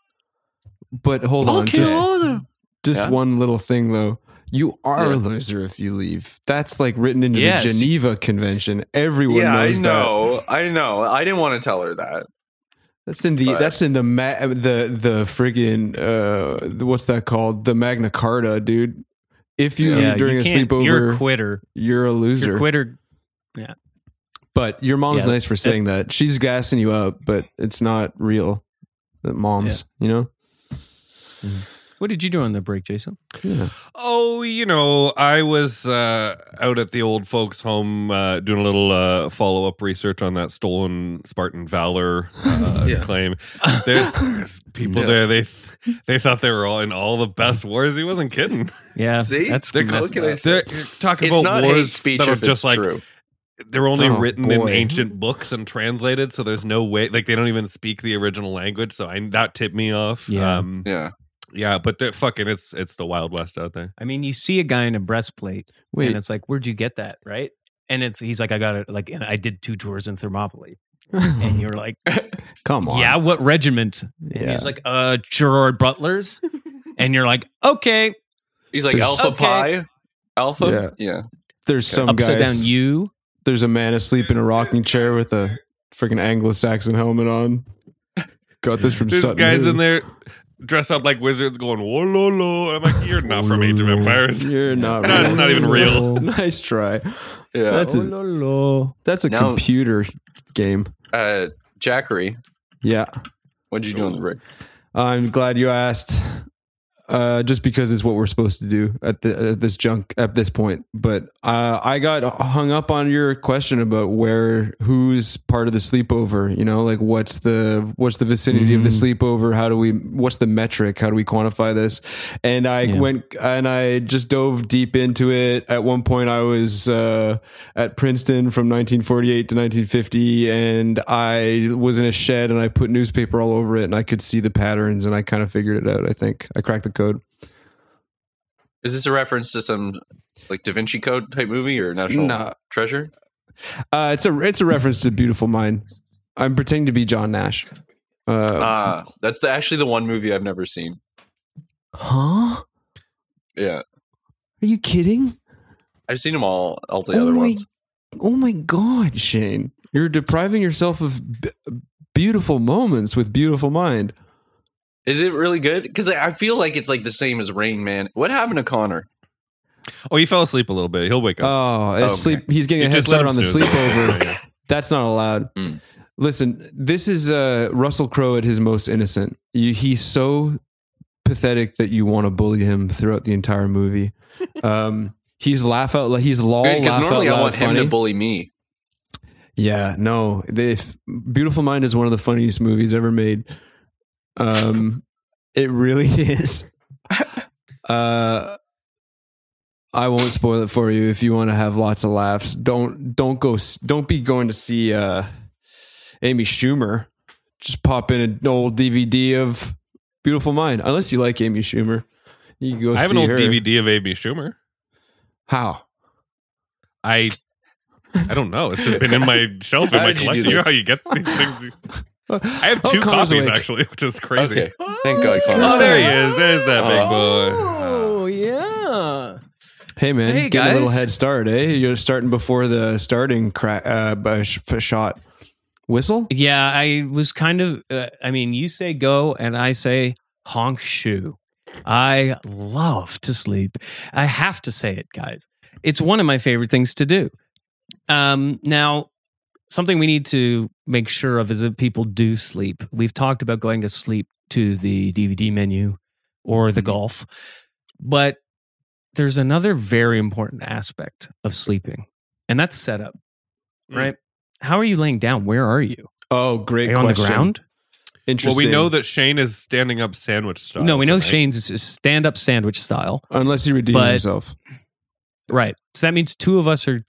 [SPEAKER 2] but hold
[SPEAKER 8] I'll
[SPEAKER 2] on,
[SPEAKER 8] kill
[SPEAKER 2] just
[SPEAKER 8] all of them.
[SPEAKER 2] just
[SPEAKER 3] Oh, Yeah.
[SPEAKER 2] one little thing though. You are
[SPEAKER 3] Yeah.
[SPEAKER 2] a loser if you leave. That's like written into
[SPEAKER 1] Yes.
[SPEAKER 2] the Geneva Convention. Everyone
[SPEAKER 3] yeah, I
[SPEAKER 2] knows
[SPEAKER 3] know, I know. I didn't want to tell her that.
[SPEAKER 2] that. That's in the
[SPEAKER 3] But-
[SPEAKER 2] that's in the ma- the the friggin' uh what's that called? The Magna Carta, dude. If you leave during
[SPEAKER 1] you
[SPEAKER 2] a
[SPEAKER 1] can't-
[SPEAKER 2] sleepover,
[SPEAKER 1] You're
[SPEAKER 2] you're,
[SPEAKER 1] a quitter.
[SPEAKER 2] a loser.
[SPEAKER 1] You're a quitter.
[SPEAKER 2] But your mom's
[SPEAKER 1] Yeah.
[SPEAKER 2] nice for saying that. She's gassing you up, but it's not real. That mom's, you know?
[SPEAKER 1] What did you do on the break, Jason?
[SPEAKER 2] Yeah.
[SPEAKER 4] Oh, you know, I was uh, out at the old folks' home uh, doing a little uh, follow up research on that stolen Spartan Valor uh, claim. There's, there's people there. They they thought they were all in all the best wars. He wasn't kidding.
[SPEAKER 1] Yeah.
[SPEAKER 3] See?
[SPEAKER 1] that's
[SPEAKER 3] They're
[SPEAKER 1] messed
[SPEAKER 3] colloquial-
[SPEAKER 1] up.
[SPEAKER 4] They're talking
[SPEAKER 3] It's
[SPEAKER 4] about
[SPEAKER 3] not hate
[SPEAKER 4] wars
[SPEAKER 3] speech if
[SPEAKER 4] that are
[SPEAKER 3] it's
[SPEAKER 4] just like
[SPEAKER 3] true.
[SPEAKER 4] they're only
[SPEAKER 2] Oh,
[SPEAKER 4] written in
[SPEAKER 2] boy.
[SPEAKER 4] ancient books and translated, so there's no way like they don't even speak the original language. So I that tipped me off.
[SPEAKER 1] Yeah.
[SPEAKER 4] Um, yeah.
[SPEAKER 5] Yeah.
[SPEAKER 4] but they're fucking it's it's the wild west out there.
[SPEAKER 1] I mean, you see a guy in a breastplate,
[SPEAKER 2] Wait.
[SPEAKER 1] and it's like, where'd you get that? Right? And it's he's like, I got it. Like, and I did two tours in Thermopylae, and you're like,
[SPEAKER 2] Come on.
[SPEAKER 1] Yeah, what regiment? And
[SPEAKER 2] Yeah.
[SPEAKER 1] he's like, uh, Gerard Butler's. and you're like, okay,
[SPEAKER 3] He's like
[SPEAKER 2] There's-
[SPEAKER 3] Alpha
[SPEAKER 1] Okay.
[SPEAKER 3] Pi, Alpha.
[SPEAKER 2] Yeah.
[SPEAKER 5] Yeah.
[SPEAKER 2] There's some
[SPEAKER 1] upside
[SPEAKER 2] guys.
[SPEAKER 1] down you.
[SPEAKER 2] there's a man asleep in a rocking chair with a freaking Anglo Saxon helmet on. Got this from
[SPEAKER 4] There's
[SPEAKER 2] Sutton.
[SPEAKER 4] guys
[SPEAKER 2] Hoo.
[SPEAKER 4] in there dressed up like wizards going wololo. I'm like, you're not from Age of Empires.
[SPEAKER 2] You're not
[SPEAKER 4] No, it's not even real.
[SPEAKER 2] nice try.
[SPEAKER 1] "Oh,
[SPEAKER 3] Yeah.
[SPEAKER 2] That's a, that's a
[SPEAKER 3] Now-
[SPEAKER 2] computer game.
[SPEAKER 3] uh, Jackery,
[SPEAKER 2] Yeah.
[SPEAKER 3] what'd you do on the break?
[SPEAKER 2] I'm glad you asked. Uh, just because it's what we're supposed to do at, the, at this junk at this point, but uh, I got hung up on your question about where who's part of the sleepover. You know, like what's the what's the vicinity of the sleepover? How do we what's the metric? How do we quantify this? And I went and I just dove deep into it. At one point, I was uh, at Princeton from 1948 to 1950, and I was in a shed and I put newspaper all over it, and I could see the patterns, and I kind of figured it out. I think I cracked the code.
[SPEAKER 3] Is this a reference to some like Da Vinci Code type movie or National
[SPEAKER 2] Nah.
[SPEAKER 3] Treasure?
[SPEAKER 2] Uh, it's a it's a reference to Beautiful Mind. I'm pretending to be John Nash. Uh,
[SPEAKER 3] Ah, that's the, actually the one movie I've never seen.
[SPEAKER 2] huh? Are
[SPEAKER 3] Yeah,
[SPEAKER 2] you kidding?
[SPEAKER 3] I've seen them all. All the
[SPEAKER 2] Oh
[SPEAKER 3] other
[SPEAKER 2] my-
[SPEAKER 3] ones.
[SPEAKER 2] Oh my God, Shane! You're depriving yourself of b- beautiful moments with Beautiful Mind.
[SPEAKER 3] Is it really good? Because I I feel like it's like the same as Rain Man. What happened to Connor?
[SPEAKER 4] Oh, he fell asleep a little bit. He'll wake up.
[SPEAKER 2] Oh, it's
[SPEAKER 3] Okay.
[SPEAKER 2] sleep. He's getting
[SPEAKER 4] You
[SPEAKER 2] a head
[SPEAKER 4] just let
[SPEAKER 2] start
[SPEAKER 4] him
[SPEAKER 2] on the
[SPEAKER 4] snooze.
[SPEAKER 2] sleepover.
[SPEAKER 4] Yeah.
[SPEAKER 2] That's not allowed.
[SPEAKER 3] Mm.
[SPEAKER 2] Listen, this is uh, Russell Crowe at his most innocent. You, he's so pathetic that you want to bully him throughout the entire movie. Um, he's laugh out. He's lol.
[SPEAKER 3] Because
[SPEAKER 2] Laugh
[SPEAKER 3] normally
[SPEAKER 2] out loud
[SPEAKER 3] I want
[SPEAKER 2] funny.
[SPEAKER 3] him to bully me.
[SPEAKER 2] Yeah, no. They, if- Beautiful Mind is one of the funniest movies ever made. Um, it really is. Uh, I won't spoil it for you if you want to have lots of laughs. Don't don't go. s- Don't be going to see uh, Amy Schumer. Just pop in an old DVD of Beautiful Mind, unless you like Amy Schumer. You can go.
[SPEAKER 4] I have
[SPEAKER 2] see
[SPEAKER 4] an old
[SPEAKER 2] her.
[SPEAKER 4] DVD of Amy Schumer.
[SPEAKER 2] How?
[SPEAKER 4] I I don't know. It's just been in my shelf in
[SPEAKER 3] How
[SPEAKER 4] my
[SPEAKER 3] did you do
[SPEAKER 4] collection. You know
[SPEAKER 3] this?
[SPEAKER 4] how you get these things. I have
[SPEAKER 2] Oh,
[SPEAKER 4] two
[SPEAKER 2] Connor's
[SPEAKER 4] copies
[SPEAKER 2] awake.
[SPEAKER 4] actually, which is crazy.
[SPEAKER 3] Okay. Thank God, Connor.
[SPEAKER 4] Oh, there he is. There's that big boy.
[SPEAKER 1] Oh yeah.
[SPEAKER 2] Hey man,
[SPEAKER 1] Hey,
[SPEAKER 2] get a little
[SPEAKER 1] guys.
[SPEAKER 2] head start, eh? You're starting before the starting cra- uh, b- sh- f- shot whistle.
[SPEAKER 1] Yeah, I was kind of. Uh, I mean, you say go, and I say honk shoe. I love to sleep. I have to say it, guys. It's one of my favorite things to do. Um, now, something we need to make sure of is that people do sleep. We've talked about going to sleep to the DVD menu or the golf, but there's another very important aspect of sleeping, and that's setup,
[SPEAKER 4] Mm.
[SPEAKER 1] right? How are you laying down? Where are you?
[SPEAKER 2] Oh, great
[SPEAKER 1] Are you on the
[SPEAKER 2] question.
[SPEAKER 1] ground?
[SPEAKER 4] Well,
[SPEAKER 2] Interesting.
[SPEAKER 4] we know that Shane is standing up sandwich style.
[SPEAKER 1] No, we know
[SPEAKER 4] tonight.
[SPEAKER 1] Shane's stand up sandwich style.
[SPEAKER 2] unless he redeems
[SPEAKER 1] but-
[SPEAKER 2] himself.
[SPEAKER 1] Right. So that means two of us are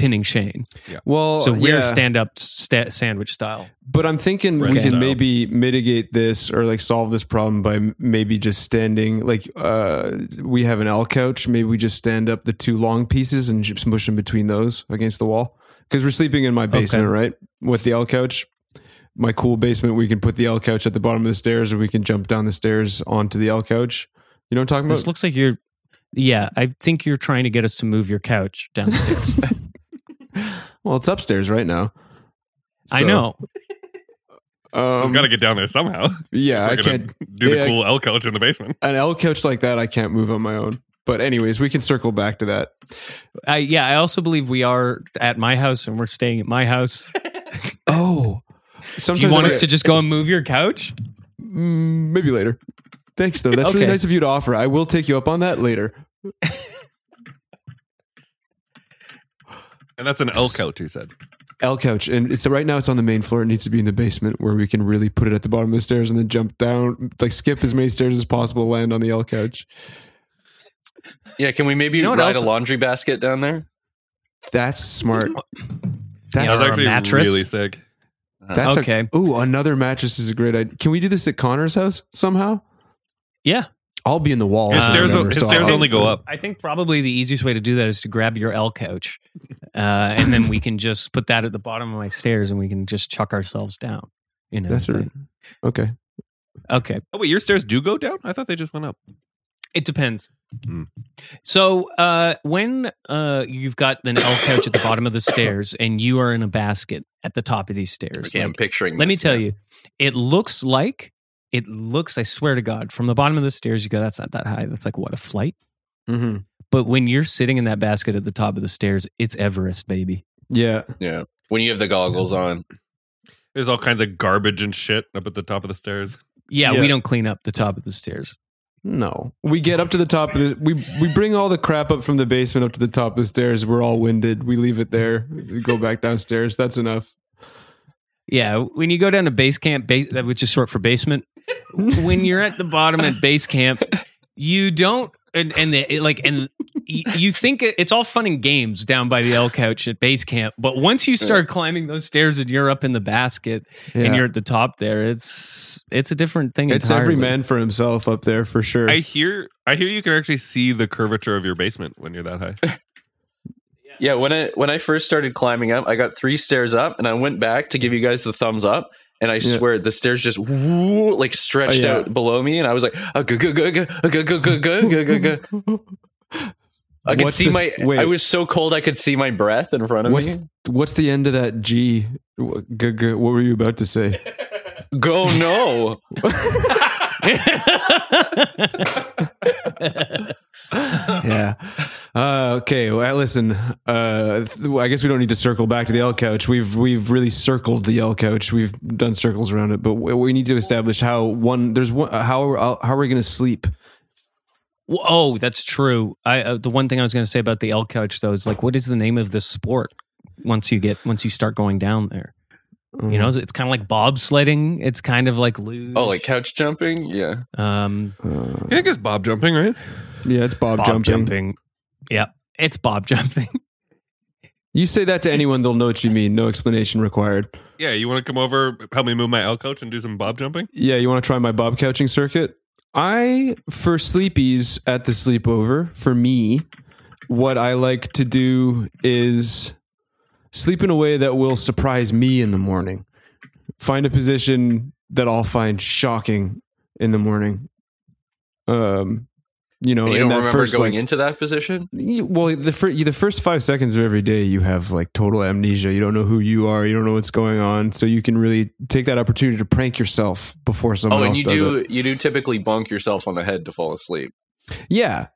[SPEAKER 1] pinning Shane.
[SPEAKER 2] Well,
[SPEAKER 1] so we're
[SPEAKER 2] Oh, yeah.
[SPEAKER 1] stand up sta- sandwich style.
[SPEAKER 2] But I'm thinking
[SPEAKER 4] Right.
[SPEAKER 2] we can
[SPEAKER 4] Okay.
[SPEAKER 2] maybe mitigate this or like solve this problem by m- maybe just standing. Like uh, we have an L couch. Maybe we just stand up the two long pieces and just push in between those against the wall because we're sleeping in my basement,
[SPEAKER 1] Okay.
[SPEAKER 2] right? With the L couch, my cool basement. We can put the L couch at the bottom of the stairs, or we can jump down the stairs onto the L couch. You know what I'm talking
[SPEAKER 1] This
[SPEAKER 2] about?
[SPEAKER 1] looks like you're. Yeah, I think you're trying to get us to move your couch downstairs.
[SPEAKER 2] well, it's upstairs right now.
[SPEAKER 1] I
[SPEAKER 2] So,
[SPEAKER 1] know.
[SPEAKER 4] He's
[SPEAKER 2] Um,
[SPEAKER 4] got to get down there somehow.
[SPEAKER 2] yeah, I
[SPEAKER 4] If we're gonna
[SPEAKER 2] can't.
[SPEAKER 4] do
[SPEAKER 2] yeah,
[SPEAKER 4] the
[SPEAKER 2] I-
[SPEAKER 4] cool L coach in the basement.
[SPEAKER 2] An L couch like that, I can't move on my own. But anyways, we can circle back to that.
[SPEAKER 1] I, yeah, I also believe we are at my house and we're staying at my house.
[SPEAKER 2] Oh,
[SPEAKER 1] Do
[SPEAKER 2] sometimes
[SPEAKER 1] you want
[SPEAKER 2] I-
[SPEAKER 1] us to just go and move your couch?
[SPEAKER 2] Mm, maybe later. Thanks though. That's
[SPEAKER 1] Okay.
[SPEAKER 2] really nice of you to offer. I will take you up on that later.
[SPEAKER 4] And that's an L coach, he said.
[SPEAKER 2] L couch, and it's right now. It's on the main floor. It needs to be in the basement where we can really put it at the bottom of the stairs and then jump down, like skip as many stairs as possible, land on the L couch.
[SPEAKER 3] Yeah, can we maybe
[SPEAKER 1] You know what
[SPEAKER 3] ride
[SPEAKER 1] else-
[SPEAKER 3] a laundry basket down there?
[SPEAKER 2] That's smart.
[SPEAKER 1] Yeah,
[SPEAKER 4] That's
[SPEAKER 1] or a
[SPEAKER 2] That's
[SPEAKER 4] actually
[SPEAKER 1] mattress.
[SPEAKER 4] really sick.
[SPEAKER 2] that's a-
[SPEAKER 1] okay.
[SPEAKER 2] ooh, another mattress is a great idea. Can we do this at Connor's house somehow?
[SPEAKER 1] Yeah.
[SPEAKER 2] I'll be in the wall.
[SPEAKER 4] His
[SPEAKER 2] if I
[SPEAKER 4] stairs,
[SPEAKER 2] remember,
[SPEAKER 4] his
[SPEAKER 2] so
[SPEAKER 4] stairs
[SPEAKER 2] I'll-
[SPEAKER 4] only go up.
[SPEAKER 1] I think probably the easiest way to do that is to grab your L couch, uh, and then we can just put that at the bottom of my stairs, and we can just chuck ourselves down. You know,
[SPEAKER 2] That's
[SPEAKER 1] the
[SPEAKER 2] a-
[SPEAKER 1] thing.
[SPEAKER 2] Okay.
[SPEAKER 1] okay.
[SPEAKER 4] Oh wait, your stairs do go down? I thought they just went up.
[SPEAKER 1] It depends.
[SPEAKER 4] Hmm.
[SPEAKER 3] Mm.
[SPEAKER 1] So uh, when uh, you've got an L couch at the bottom of the stairs, and you are in a basket at the top of these stairs,
[SPEAKER 3] Okay, I'm
[SPEAKER 1] like,
[SPEAKER 3] picturing.
[SPEAKER 1] let me
[SPEAKER 3] this
[SPEAKER 1] tell
[SPEAKER 3] now.
[SPEAKER 1] you, it looks like it looks. I swear to God, from the bottom of the stairs, you go, that's not that high. That's like what a flight.
[SPEAKER 2] Mm-hmm.
[SPEAKER 1] But when you're sitting in that basket at the top of the stairs, it's Everest, baby.
[SPEAKER 2] Yeah.
[SPEAKER 3] Yeah, when you have the goggles on.
[SPEAKER 4] There's all kinds of garbage and shit up at the top of the stairs.
[SPEAKER 1] Yeah,
[SPEAKER 2] Yeah.
[SPEAKER 1] we don't clean up the top of the stairs.
[SPEAKER 2] No, we get up to the top of the we we bring all the crap up from the basement up to the top of the stairs. We're all winded. We leave it there. We go back downstairs. That's enough.
[SPEAKER 1] Yeah, when you go down to base camp, base, which is short for basement, when you're at the bottom at base camp, you don't and and the, it, like and y- you think it- it's all fun and games down by the L couch at base camp, but once you start climbing those stairs and you're up in the basket
[SPEAKER 2] Yeah.
[SPEAKER 1] and you're at the top there, it's it's a different thing.
[SPEAKER 2] It's
[SPEAKER 1] entirely.
[SPEAKER 2] every man for himself up there for sure.
[SPEAKER 4] I hear I hear you can actually see the curvature of your basement when you're that high.
[SPEAKER 3] Yeah, when I when I first started climbing up, I got three stairs up, and I went back to give you guys the thumbs up. And I
[SPEAKER 2] Yeah.
[SPEAKER 3] swear the stairs just woo, like stretched
[SPEAKER 2] Oh, yeah.
[SPEAKER 3] out below me, and I was like, "Ah, gu- gu- gu- gu- ah, gu- gu- gu- gu- gu- gu- gu." I could
[SPEAKER 2] What's
[SPEAKER 3] see
[SPEAKER 2] this-
[SPEAKER 3] my.
[SPEAKER 2] wait.
[SPEAKER 3] I was so cold I could see my breath in front of
[SPEAKER 2] what's
[SPEAKER 3] me.
[SPEAKER 2] what's the end of that G? Wha- g- g- What were you about to say?
[SPEAKER 3] Go no!
[SPEAKER 2] yeah. Uh, okay. Well, listen. Uh, th- well, I guess we don't need to circle back to the L couch. We've we've really circled the L couch. We've done circles around it, but we we need to establish how one. There's one. How how are we going to sleep?
[SPEAKER 1] Wh- Oh, that's true. I uh, the one thing I was going to say about the L couch though is like, what is the name of this sport? Once you get once you start going down there, you know, it's, it's kind of like bobsledding. It's kind of like luge.
[SPEAKER 3] Oh, like couch jumping? Yeah,
[SPEAKER 1] um,
[SPEAKER 4] I think it's bob jumping, right?
[SPEAKER 2] Yeah, it's Bob,
[SPEAKER 1] bob
[SPEAKER 2] jumping.
[SPEAKER 1] jumping. Yeah, it's bob jumping.
[SPEAKER 2] You say that to anyone, they'll know what you mean. No explanation required.
[SPEAKER 4] Yeah, you want to come over, help me move my L coach and do some bob jumping?
[SPEAKER 2] Yeah, you want to try my Bob couching circuit? I, for sleepies at the sleepover, for me, what I like to do is sleep in a way that will surprise me in the morning. find a position that I'll find shocking in the morning. Um, you know,
[SPEAKER 3] And
[SPEAKER 2] in
[SPEAKER 3] you don't
[SPEAKER 2] that
[SPEAKER 3] remember
[SPEAKER 2] first
[SPEAKER 3] going
[SPEAKER 2] like,
[SPEAKER 3] into that position?
[SPEAKER 2] Y- well the fir- the first five seconds of every day you have like total amnesia you don't know who you are you don't know what's going on so you can really take that opportunity to prank yourself before someone
[SPEAKER 3] Oh, and
[SPEAKER 2] else
[SPEAKER 3] you
[SPEAKER 2] does
[SPEAKER 3] do
[SPEAKER 2] it
[SPEAKER 3] you do typically bonk yourself on the head to fall asleep.
[SPEAKER 2] yeah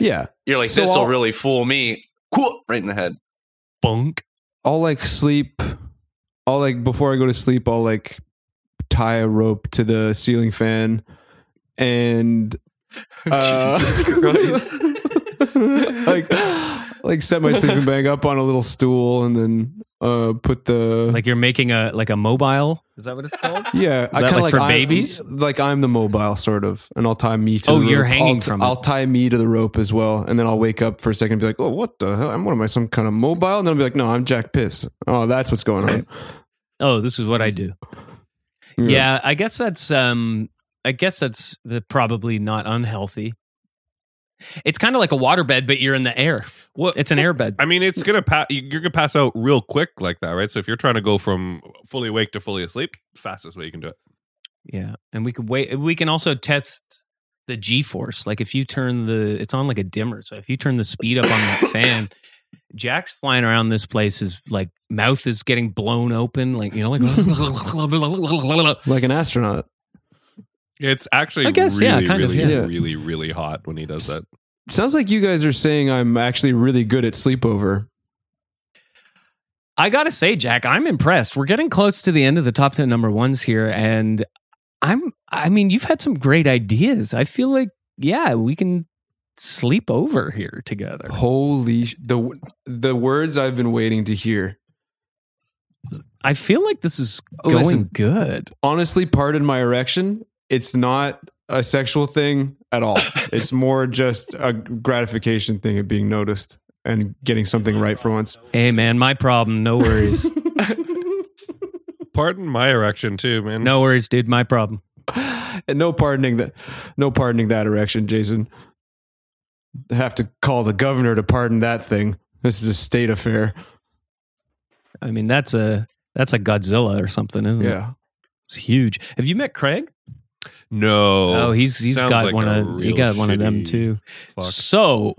[SPEAKER 2] yeah
[SPEAKER 3] You're like,
[SPEAKER 2] So
[SPEAKER 3] this will
[SPEAKER 2] I'll-
[SPEAKER 3] really fool me. Quoop, Right in the head.
[SPEAKER 1] Bunk.
[SPEAKER 2] i'll like sleep i'll like before i go to sleep i'll like tie a rope to the ceiling fan and uh,
[SPEAKER 3] Jesus Christ.
[SPEAKER 2] like like set my sleeping bag up on a little stool and then uh put the
[SPEAKER 1] Like you're making a like a mobile. Is that what it's called?
[SPEAKER 2] Yeah,
[SPEAKER 1] that
[SPEAKER 2] kinda
[SPEAKER 1] like for
[SPEAKER 2] I'm-
[SPEAKER 1] babies?
[SPEAKER 2] Like I'm the mobile sort of, and I'll tie me to.
[SPEAKER 1] Oh,
[SPEAKER 2] the
[SPEAKER 1] you're
[SPEAKER 2] rope.
[SPEAKER 1] hanging
[SPEAKER 2] I'll,
[SPEAKER 1] from it.
[SPEAKER 2] I'll tie me to the rope as well, and then I'll wake up for a second and be like, "Oh, what the hell? I'm what am I? Some kind of mobile?" And then I'll be like, "No, I'm Jack Piss. Oh, that's what's going on."
[SPEAKER 1] oh, this is what I do.
[SPEAKER 2] You know,
[SPEAKER 1] Yeah, I guess that's um I guess that's uh, probably not unhealthy. It's kind of like a waterbed, but you're in the air.
[SPEAKER 4] Well,
[SPEAKER 1] It's an airbed.
[SPEAKER 4] I mean, it's gonna pass. You're gonna pass out real quick like that, right? So if you're trying to go from fully awake to fully asleep, fastest way you can do it.
[SPEAKER 1] Yeah, and we could wait. We can also test the G-force. Like if you turn the, it's on like a dimmer. So if you turn the speed up on that fan, Jack's flying around this place. Is like mouth is getting blown open. Like you know, like
[SPEAKER 2] like an astronaut.
[SPEAKER 4] It's actually,
[SPEAKER 1] I guess, yeah,
[SPEAKER 4] really,
[SPEAKER 1] kind of,
[SPEAKER 4] really,
[SPEAKER 2] yeah.
[SPEAKER 4] really, really hot when he does that.
[SPEAKER 2] It sounds like you guys are saying I'm actually really good at sleepover.
[SPEAKER 1] I gotta say, Jack, I'm impressed. We're getting close to the end of the top ten number ones here, and I'm. I mean, you've had some great ideas. I feel like yeah, we can sleep over here
[SPEAKER 2] Oh.
[SPEAKER 1] together.
[SPEAKER 2] Holy sh- the the words I've been waiting to hear.
[SPEAKER 1] I feel like this is going
[SPEAKER 2] Listen.
[SPEAKER 1] good.
[SPEAKER 2] honestly pardon my erection it's not a sexual thing at all it's more just a gratification thing of being noticed and getting something right for once
[SPEAKER 1] Hey man, my problem. No worries.
[SPEAKER 4] Pardon my erection too, man.
[SPEAKER 1] No worries, dude. My problem.
[SPEAKER 2] and no pardoning that no pardoning that erection jason have to call the governor to pardon that thing this is a state affair
[SPEAKER 1] I mean, that's a that's a Godzilla or something, isn't it?
[SPEAKER 2] yeah
[SPEAKER 1] It's huge. Have you met Craig?
[SPEAKER 4] no.
[SPEAKER 1] oh, he's he's
[SPEAKER 4] sounds
[SPEAKER 1] got
[SPEAKER 4] like
[SPEAKER 1] one
[SPEAKER 4] a
[SPEAKER 1] of he
[SPEAKER 4] real
[SPEAKER 1] got one of them
[SPEAKER 4] shitty
[SPEAKER 1] too.
[SPEAKER 4] fuck.
[SPEAKER 1] So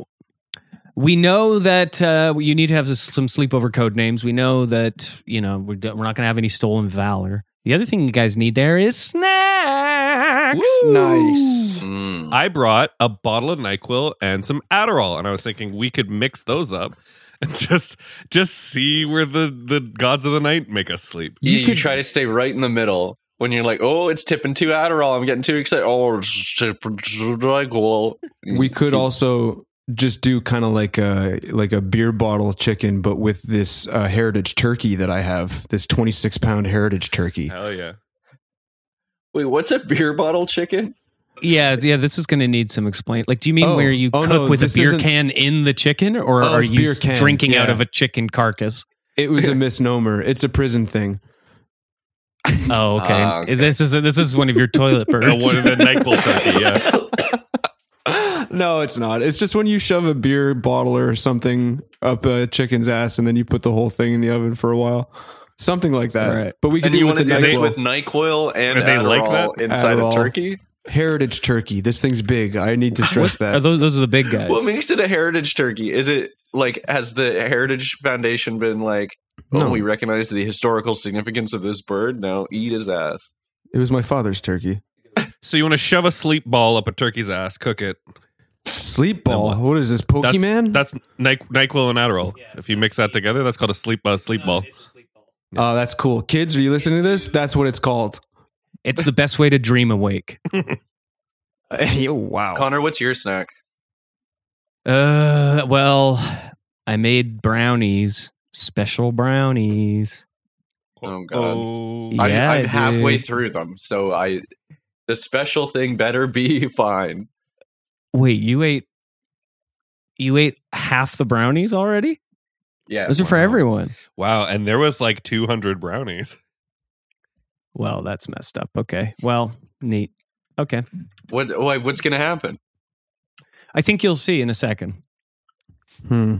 [SPEAKER 1] we know that uh, you need to have s- some sleepover code names. We know that you know we're, d- we're not going to have any stolen valor. The other thing you guys need there is snacks.
[SPEAKER 2] nice
[SPEAKER 3] Mm.
[SPEAKER 4] I brought a bottle of Nyquil and some Adderall, and I was thinking we could mix those up and just just see where the the gods of the night make us sleep.
[SPEAKER 3] You, you
[SPEAKER 2] could-
[SPEAKER 3] try to stay right in the middle when you're like, oh, it's tipping two Adderall. I'm getting too excited. Oh, it's tipping two Nyquil.
[SPEAKER 2] we could also just do kind of like a like a beer bottle chicken but with this uh, heritage turkey that i have this 26 pound heritage turkey
[SPEAKER 4] Hell yeah!
[SPEAKER 3] Wait, what's a beer bottle chicken?
[SPEAKER 1] Yeah, yeah. This is going to need some explain. Like, do you mean
[SPEAKER 2] Oh,
[SPEAKER 1] where you
[SPEAKER 2] oh,
[SPEAKER 1] cook
[SPEAKER 2] no,
[SPEAKER 1] with a
[SPEAKER 2] this
[SPEAKER 1] beer
[SPEAKER 2] isn't-
[SPEAKER 1] can in the chicken, or
[SPEAKER 2] Oh,
[SPEAKER 1] are
[SPEAKER 2] it's
[SPEAKER 1] you
[SPEAKER 2] beer
[SPEAKER 1] s-
[SPEAKER 2] can,
[SPEAKER 1] drinking out
[SPEAKER 2] yeah.
[SPEAKER 1] of a chicken carcass?
[SPEAKER 2] It was a misnomer. It's a prison thing.
[SPEAKER 1] Oh, okay.
[SPEAKER 3] Ah, okay.
[SPEAKER 1] This is this is one of your toilet
[SPEAKER 4] Uh,
[SPEAKER 1] birds.
[SPEAKER 4] one of the Nyquil turkey. Yeah,
[SPEAKER 2] No, it's not. It's just when you shove a beer bottle or something up a chicken's ass and then you put the whole thing in the oven for a while. Something like that.
[SPEAKER 1] Right.
[SPEAKER 2] But we could
[SPEAKER 3] And
[SPEAKER 2] do
[SPEAKER 3] you
[SPEAKER 2] with
[SPEAKER 3] want
[SPEAKER 2] the
[SPEAKER 3] to do this
[SPEAKER 2] NyQuil.
[SPEAKER 3] with NyQuil and
[SPEAKER 4] Are they like
[SPEAKER 3] Adderall
[SPEAKER 4] that?
[SPEAKER 3] inside
[SPEAKER 2] Adderall.
[SPEAKER 3] a turkey?
[SPEAKER 2] heritage turkey. This thing's big. I need to stress that.
[SPEAKER 1] Are those those are the big guys?
[SPEAKER 3] What makes it a heritage turkey? Is it like has the Heritage Foundation been like? Oh,
[SPEAKER 2] No.
[SPEAKER 3] we recognize the historical significance of this bird. Now eat his ass.
[SPEAKER 2] it was my father's turkey.
[SPEAKER 4] so you want to shove a sleep ball up a turkey's ass, cook it.
[SPEAKER 2] Sleep ball. What is this,
[SPEAKER 4] That's,
[SPEAKER 2] Pokemon?
[SPEAKER 4] That's Ny- Nyquil and Adderall. If you mix that together, that's called a sleep uh, sleep ball.
[SPEAKER 2] oh, that's cool. Kids, are you listening to this? That's what it's called.
[SPEAKER 1] It's the best way to dream awake.
[SPEAKER 2] wow.
[SPEAKER 3] Connor, what's your snack?
[SPEAKER 1] Uh, well, I made brownies, special brownies.
[SPEAKER 3] Oh god,
[SPEAKER 4] Oh,
[SPEAKER 1] Yeah.
[SPEAKER 3] I'm, I'm
[SPEAKER 1] dude.
[SPEAKER 3] halfway through them, so I the special thing better be fine.
[SPEAKER 1] Wait, you ate you ate half the brownies already?
[SPEAKER 3] Yeah,
[SPEAKER 1] Those are for
[SPEAKER 4] wow.
[SPEAKER 1] everyone.
[SPEAKER 4] Wow, and there was like 200 brownies.
[SPEAKER 1] Well, that's messed up. Okay. Well, neat. Okay.
[SPEAKER 3] what why- what's gonna happen?
[SPEAKER 1] I think you'll see in a second.
[SPEAKER 2] Hmm.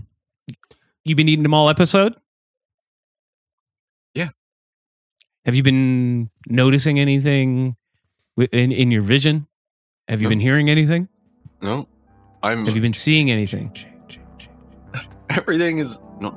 [SPEAKER 1] You've been eating them all episode?
[SPEAKER 3] Yeah.
[SPEAKER 1] Have you been noticing anything wi- in in your vision? Have you
[SPEAKER 3] No.
[SPEAKER 1] been hearing anything?
[SPEAKER 3] No, I'm.
[SPEAKER 1] Have you been seeing anything?
[SPEAKER 3] everything is not.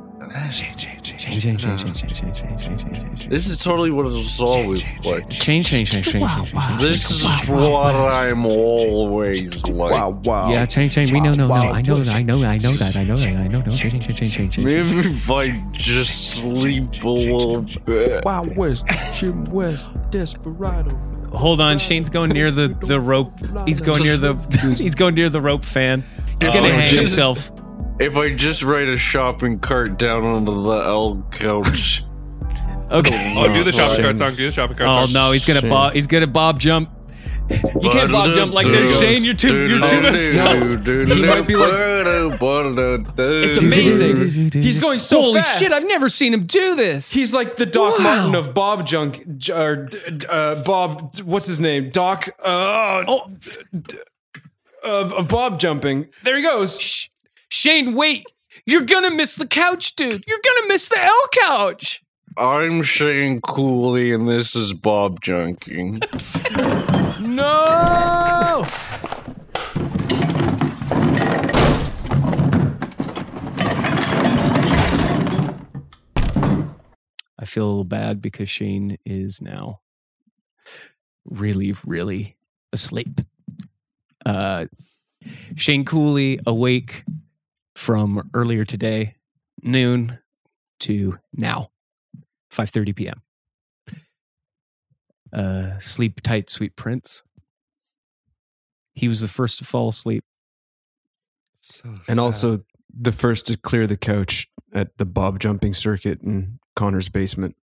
[SPEAKER 1] Change, change, change, change, change, change, change, change, change, change.
[SPEAKER 3] This is totally what it's always like.
[SPEAKER 1] Change, change, change, change, change.
[SPEAKER 3] This is what I'm always like.
[SPEAKER 2] Wow, wow.
[SPEAKER 1] Yeah, change, change. We know, no, no. I know, I know, I know that. I know that. I know. No, change, change, change, change, change.
[SPEAKER 3] Maybe if I just sleep a little bit.
[SPEAKER 2] Wild West, Jim West, Desperado.
[SPEAKER 1] Hold on, Shane's going near the the rope. He's going near the he's going near the rope fan. He's
[SPEAKER 3] Oh,
[SPEAKER 1] gonna hang
[SPEAKER 3] Jesus.
[SPEAKER 1] himself.
[SPEAKER 3] If I just ride a shopping cart down onto the L couch.
[SPEAKER 1] Okay.
[SPEAKER 4] Oh, do the shopping cart song. Do the shopping cart
[SPEAKER 1] Oh
[SPEAKER 4] song.
[SPEAKER 1] no, he's gonna
[SPEAKER 2] Shane.
[SPEAKER 1] bob. He's gonna bob jump. You can't bob jump like this, Shane. You're too. You're too messed up.
[SPEAKER 3] He
[SPEAKER 2] might be
[SPEAKER 1] It's
[SPEAKER 3] It's
[SPEAKER 1] amazing.
[SPEAKER 2] He's going so
[SPEAKER 1] Holy
[SPEAKER 2] fast.
[SPEAKER 1] shit! I've never seen him do this.
[SPEAKER 2] He's like the Doc Martin of Bob Junk, j- or d- d- uh, Bob. What's his name? Doc. Uh,
[SPEAKER 1] Oh.
[SPEAKER 2] d- of, of Bob jumping. There he goes.
[SPEAKER 1] Shh. Shane, wait. You're gonna miss the couch, dude. You're gonna miss the L couch.
[SPEAKER 3] I'm Shane Cooley, and this is Bob Junking.
[SPEAKER 1] No. I feel a little bad because Shane is now really, really asleep. Uh, Shane Cooley awake from earlier today, noon to now, 5.30 p.m. Uh, sleep tight, sweet prince. He was the first to fall asleep.
[SPEAKER 2] And also the first to clear the couch at the Bob jumping circuit in Connor's basement.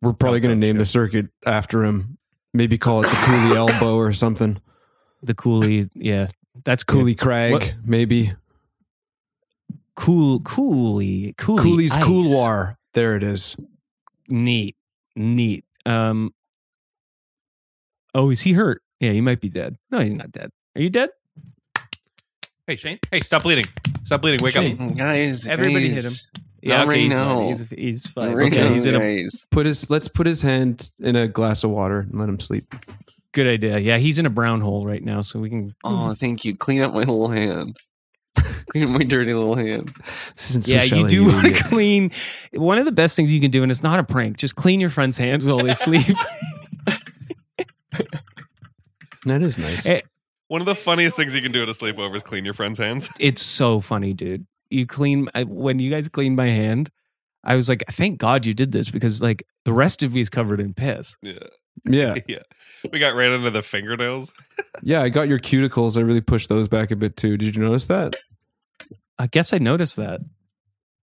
[SPEAKER 2] We're probably going to name the circuit after him. Maybe call it the Cooley Elbow or something.
[SPEAKER 1] The Cooley, yeah, that's
[SPEAKER 2] Cooley Crag,
[SPEAKER 1] What-
[SPEAKER 2] maybe.
[SPEAKER 1] Cool, Cooley, Cooley,
[SPEAKER 2] Cooley's
[SPEAKER 1] ice.
[SPEAKER 2] Couloir. There it is.
[SPEAKER 1] Neat, neat. Um, oh, is he hurt? Yeah, he might be dead. No, he's not dead. Are you dead?
[SPEAKER 4] Hey, Shane. Hey, stop bleeding. Stop bleeding. Wake
[SPEAKER 1] Shane.
[SPEAKER 4] up.
[SPEAKER 3] Guys,
[SPEAKER 1] Everybody hit
[SPEAKER 3] guys.
[SPEAKER 1] him.
[SPEAKER 3] Not right
[SPEAKER 1] he's
[SPEAKER 3] now.
[SPEAKER 1] fine. He's, he's fine.
[SPEAKER 3] Right
[SPEAKER 1] okay,
[SPEAKER 3] now,
[SPEAKER 1] he's in a
[SPEAKER 3] guys.
[SPEAKER 2] Put his. Let's put his hand in a glass of water and let him sleep.
[SPEAKER 1] good idea. Yeah, he's in a brown hole right now, so we can.
[SPEAKER 3] Oh, thank you. Clean up my little hand. Clean up my dirty little hand.
[SPEAKER 2] This isn't
[SPEAKER 1] yeah, you
[SPEAKER 2] socially
[SPEAKER 1] do want to
[SPEAKER 2] idiot.
[SPEAKER 1] clean. One of the best things you can do, and it's not a prank, just clean your friend's hands while they sleep.
[SPEAKER 2] That is nice.
[SPEAKER 1] Eh,
[SPEAKER 4] One of the funniest things you can do at a sleepover is clean your friend's hands.
[SPEAKER 1] it's so funny, dude. You clean I, when you guys cleaned my hand. I was like, thank God you did this because like the rest of me is covered in piss.
[SPEAKER 4] Yeah.
[SPEAKER 2] Yeah,
[SPEAKER 4] Yeah. We got right under the fingernails.
[SPEAKER 2] yeah. I got your cuticles. I really pushed those back a bit too. Did you notice that?
[SPEAKER 1] I guess I noticed that.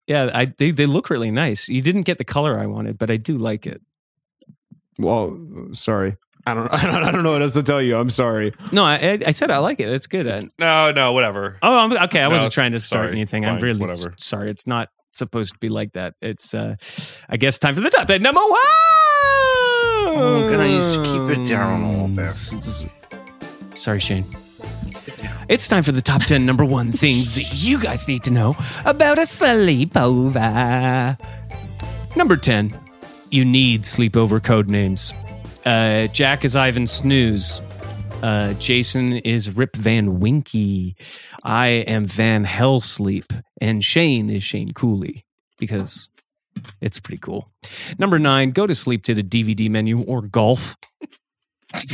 [SPEAKER 1] Yeah, I they they look really nice. You didn't get the color I wanted, but I do like it.
[SPEAKER 2] Well, sorry. I don't. I don't. I don't know what else to tell you. I'm sorry.
[SPEAKER 1] No, I I, I said I like it. It's good. I,
[SPEAKER 4] No, no, whatever.
[SPEAKER 1] oh, I'm, okay. I
[SPEAKER 4] No,
[SPEAKER 1] wasn't
[SPEAKER 4] it's-
[SPEAKER 1] trying to start
[SPEAKER 4] sorry,
[SPEAKER 1] anything. I'm
[SPEAKER 4] fine,
[SPEAKER 1] really
[SPEAKER 4] whatever.
[SPEAKER 1] s- sorry. It's not supposed to be like that. It's uh I guess time for the top ten number one. Oh,
[SPEAKER 3] guys, keep it down a little bit.
[SPEAKER 1] Sorry, Shane. It's time for the top 10 number one things that you guys need to know about a sleepover. Number 10, you need sleepover code names. Uh, Jack is Ivan Snooze. Uh, Jason is Rip Van Winky. I am Van Hellsleep. And Shane is Shane Cooley because it's pretty cool. Number nine, go to sleep to the DVD menu or golf.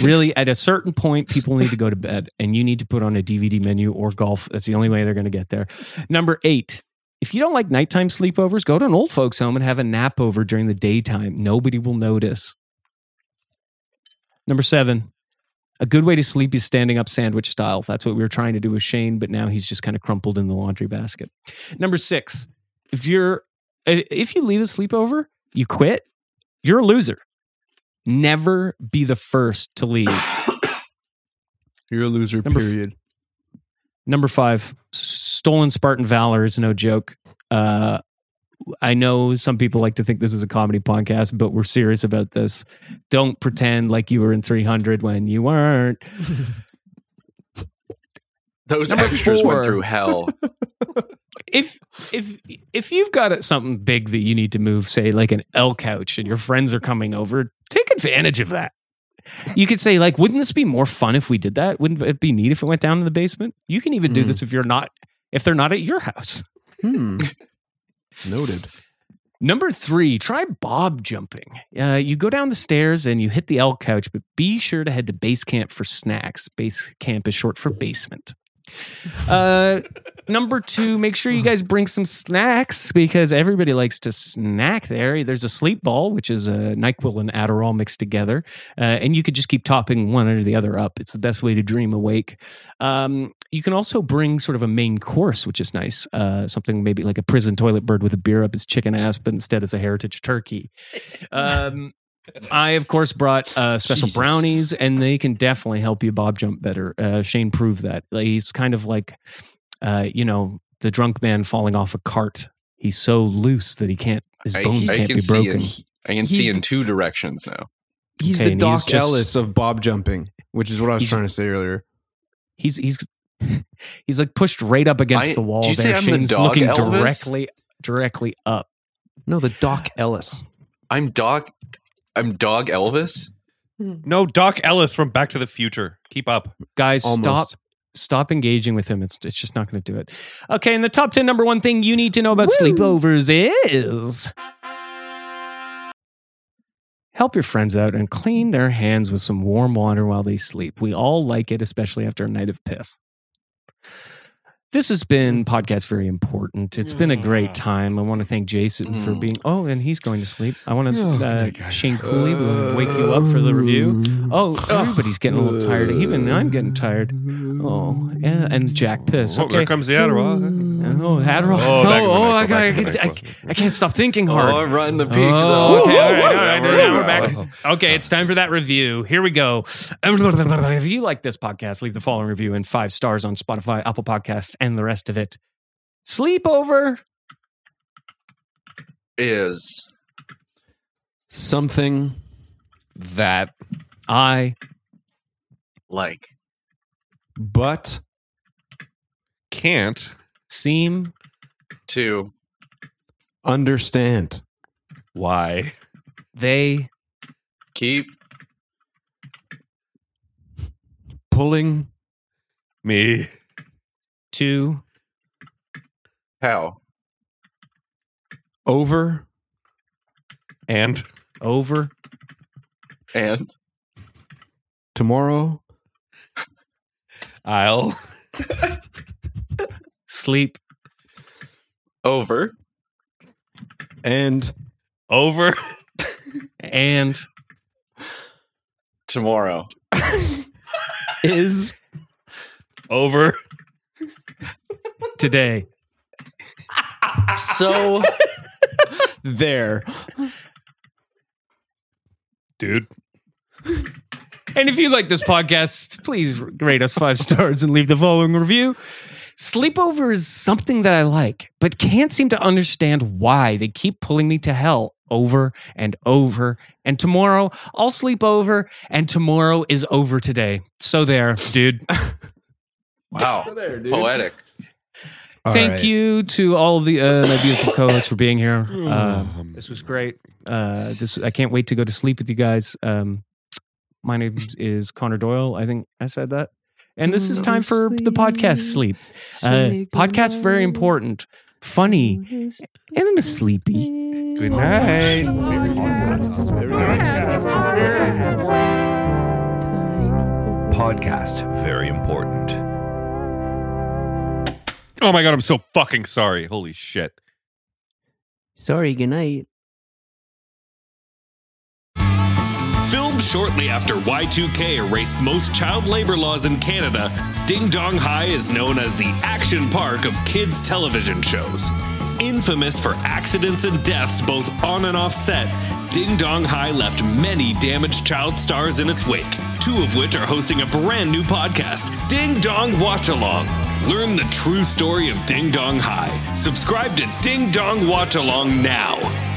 [SPEAKER 1] really, at a certain point, people need to go to bed and you need to put on a DVD menu or golf. That's the only way they're going to get there. Number eight, if you don't like nighttime sleepovers, go to an old folks' home and have a nap over during the daytime. Nobody will notice. Number seven, a good way to sleep is standing up sandwich style. That's what we were trying to do with Shane, but now he's just kind of crumpled in the laundry basket. Number six, if you're if you leave a sleepover, you quit, you're a loser. Never be the first to leave.
[SPEAKER 2] You're a loser.
[SPEAKER 1] Number f-
[SPEAKER 2] period.
[SPEAKER 1] Number five, stolen Spartan valor is no joke. Uh, I know some people like to think this is a comedy podcast, but we're serious about this. Don't pretend like you were in 300 when you weren't.
[SPEAKER 3] Those
[SPEAKER 1] Number
[SPEAKER 3] extras
[SPEAKER 1] four.
[SPEAKER 3] went through hell.
[SPEAKER 1] if if if you've got something big that you need to move, say like an L couch, and your friends are coming over, take advantage of that. You could say like, wouldn't this be more fun if we did that? Wouldn't it be neat if it went down to the basement? You can even do
[SPEAKER 2] Mm.
[SPEAKER 1] this if you're not if they're not at your house.
[SPEAKER 2] Hmm. Noted.
[SPEAKER 1] Number three, try bob jumping. Uh, you go down the stairs and you hit the L couch, but be sure to head to base camp for snacks. Base camp is short for basement. Uh, number two, make sure you guys bring some snacks because everybody likes to snack there. There's a sleep ball, which is a NyQuil and Adderall mixed together, uh, and you could just keep topping one or the other up. It's the best way to dream awake. Um, you can also bring sort of a main course, which is nice. Uh, something maybe like a prison toilet bird with a beer up its chicken ass, but instead it's a heritage turkey. Um, I, of course, brought uh, special
[SPEAKER 9] Jesus.
[SPEAKER 1] brownies, and they can definitely help you bob jump better. Uh, Shane proved that. Like, he's kind of like, uh, you know, the drunk man falling off a cart. He's so loose that he can't, his
[SPEAKER 3] I-
[SPEAKER 1] bones
[SPEAKER 3] I
[SPEAKER 1] can't
[SPEAKER 3] can
[SPEAKER 1] be
[SPEAKER 3] see
[SPEAKER 1] broken.
[SPEAKER 3] it. I can
[SPEAKER 2] He's
[SPEAKER 3] see
[SPEAKER 2] the-
[SPEAKER 3] in two directions now.
[SPEAKER 2] He's
[SPEAKER 1] Okay,
[SPEAKER 2] the
[SPEAKER 1] and he's
[SPEAKER 2] Doc
[SPEAKER 1] just-
[SPEAKER 2] Ellis of bob jumping, which is what I was
[SPEAKER 1] He's-
[SPEAKER 2] trying to say earlier.
[SPEAKER 1] He's, he's, he's like pushed right up against
[SPEAKER 3] I-
[SPEAKER 1] the wall
[SPEAKER 3] did you say
[SPEAKER 1] there.
[SPEAKER 3] I'm the
[SPEAKER 1] Shane's
[SPEAKER 3] dog,
[SPEAKER 1] looking
[SPEAKER 3] Elvis?
[SPEAKER 1] directly, directly up.
[SPEAKER 2] No, the Doc Ellis.
[SPEAKER 3] I'm dog. I'm dog Elvis.
[SPEAKER 4] No, Doc Ellis from Back to the Future. Keep up.
[SPEAKER 1] guys
[SPEAKER 2] Almost.
[SPEAKER 1] stop stop engaging with him it's, it's just not going to do it okay and the top 10 number one thing you need to know about sleepovers is help your friends out and clean their hands with some warm water while they sleep we all like it especially after a night of piss this has been podcast very important it's been a great time i want to thank jason for being oh and he's going to sleep i want
[SPEAKER 3] Oh,
[SPEAKER 1] to uh, shane cooley we want to wake you up for the review Oh, everybody's getting a little tired. Even I'm getting tired. Oh, yeah, and Jack piss.
[SPEAKER 4] Oh, there
[SPEAKER 1] Okay.
[SPEAKER 4] comes the Adderall.
[SPEAKER 1] Oh, Adderall.
[SPEAKER 4] Oh,
[SPEAKER 1] Oh,
[SPEAKER 4] back to the
[SPEAKER 1] oh, I,
[SPEAKER 4] back,
[SPEAKER 1] I,
[SPEAKER 4] back to the
[SPEAKER 1] I,
[SPEAKER 4] back.
[SPEAKER 1] I can't stop thinking
[SPEAKER 3] Oh, uh,
[SPEAKER 1] hard.
[SPEAKER 3] run the peaks.
[SPEAKER 1] Oh, okay, all right, all right,
[SPEAKER 3] We're
[SPEAKER 1] now we're
[SPEAKER 3] back.
[SPEAKER 1] back. Okay, it's time for that review. Here we go. If you like this podcast, leave the following review and five stars on Spotify, Apple Podcasts, and the rest of it. Sleepover.
[SPEAKER 3] Is
[SPEAKER 2] Something
[SPEAKER 4] That.
[SPEAKER 1] I
[SPEAKER 3] like
[SPEAKER 2] but
[SPEAKER 4] Can't.
[SPEAKER 1] seem
[SPEAKER 3] to
[SPEAKER 2] understand.
[SPEAKER 4] Why?
[SPEAKER 1] they
[SPEAKER 3] keep
[SPEAKER 2] Pulling
[SPEAKER 4] Me.
[SPEAKER 1] to
[SPEAKER 3] how
[SPEAKER 2] over
[SPEAKER 4] And.
[SPEAKER 1] over
[SPEAKER 3] and
[SPEAKER 2] tomorrow
[SPEAKER 4] I'll.
[SPEAKER 1] sleep
[SPEAKER 3] over
[SPEAKER 2] and
[SPEAKER 4] Over.
[SPEAKER 1] and
[SPEAKER 3] tomorrow.
[SPEAKER 2] is
[SPEAKER 4] Over.
[SPEAKER 1] today.
[SPEAKER 3] So
[SPEAKER 2] there.
[SPEAKER 4] Dude.
[SPEAKER 1] And if you like this podcast, please rate us five stars and leave the following review. Sleepover is something that I like, but can't seem to understand why they keep pulling me to hell over and over. And tomorrow, I'll sleep over, and tomorrow is over today. So there, dude.
[SPEAKER 3] wow, poetic.
[SPEAKER 1] Thank you to all the uh, my beautiful co-hosts for being here. Uh, this was great. Uh, this I can't wait to go to sleep with you guys. Um, my name is Connor Doyle. I think I said that. And this is time for the podcast sleep. Uh, podcast very important, funny, and sleepy.
[SPEAKER 4] Good night.
[SPEAKER 7] Podcast very important.
[SPEAKER 4] Oh my god, I'm so fucking sorry. Holy shit.
[SPEAKER 8] Sorry, good night.
[SPEAKER 10] Filmed shortly after Y2K erased most child labor laws in Canada, Ding Dong High is known as the action park of kids' television shows. Infamous for accidents and deaths both on and off set, Ding Dong High left many damaged child stars in its wake, two of which are hosting a brand new podcast, Ding Dong Watch Along. Learn the true story of Ding Dong High. Subscribe to Ding Dong Watch Along now.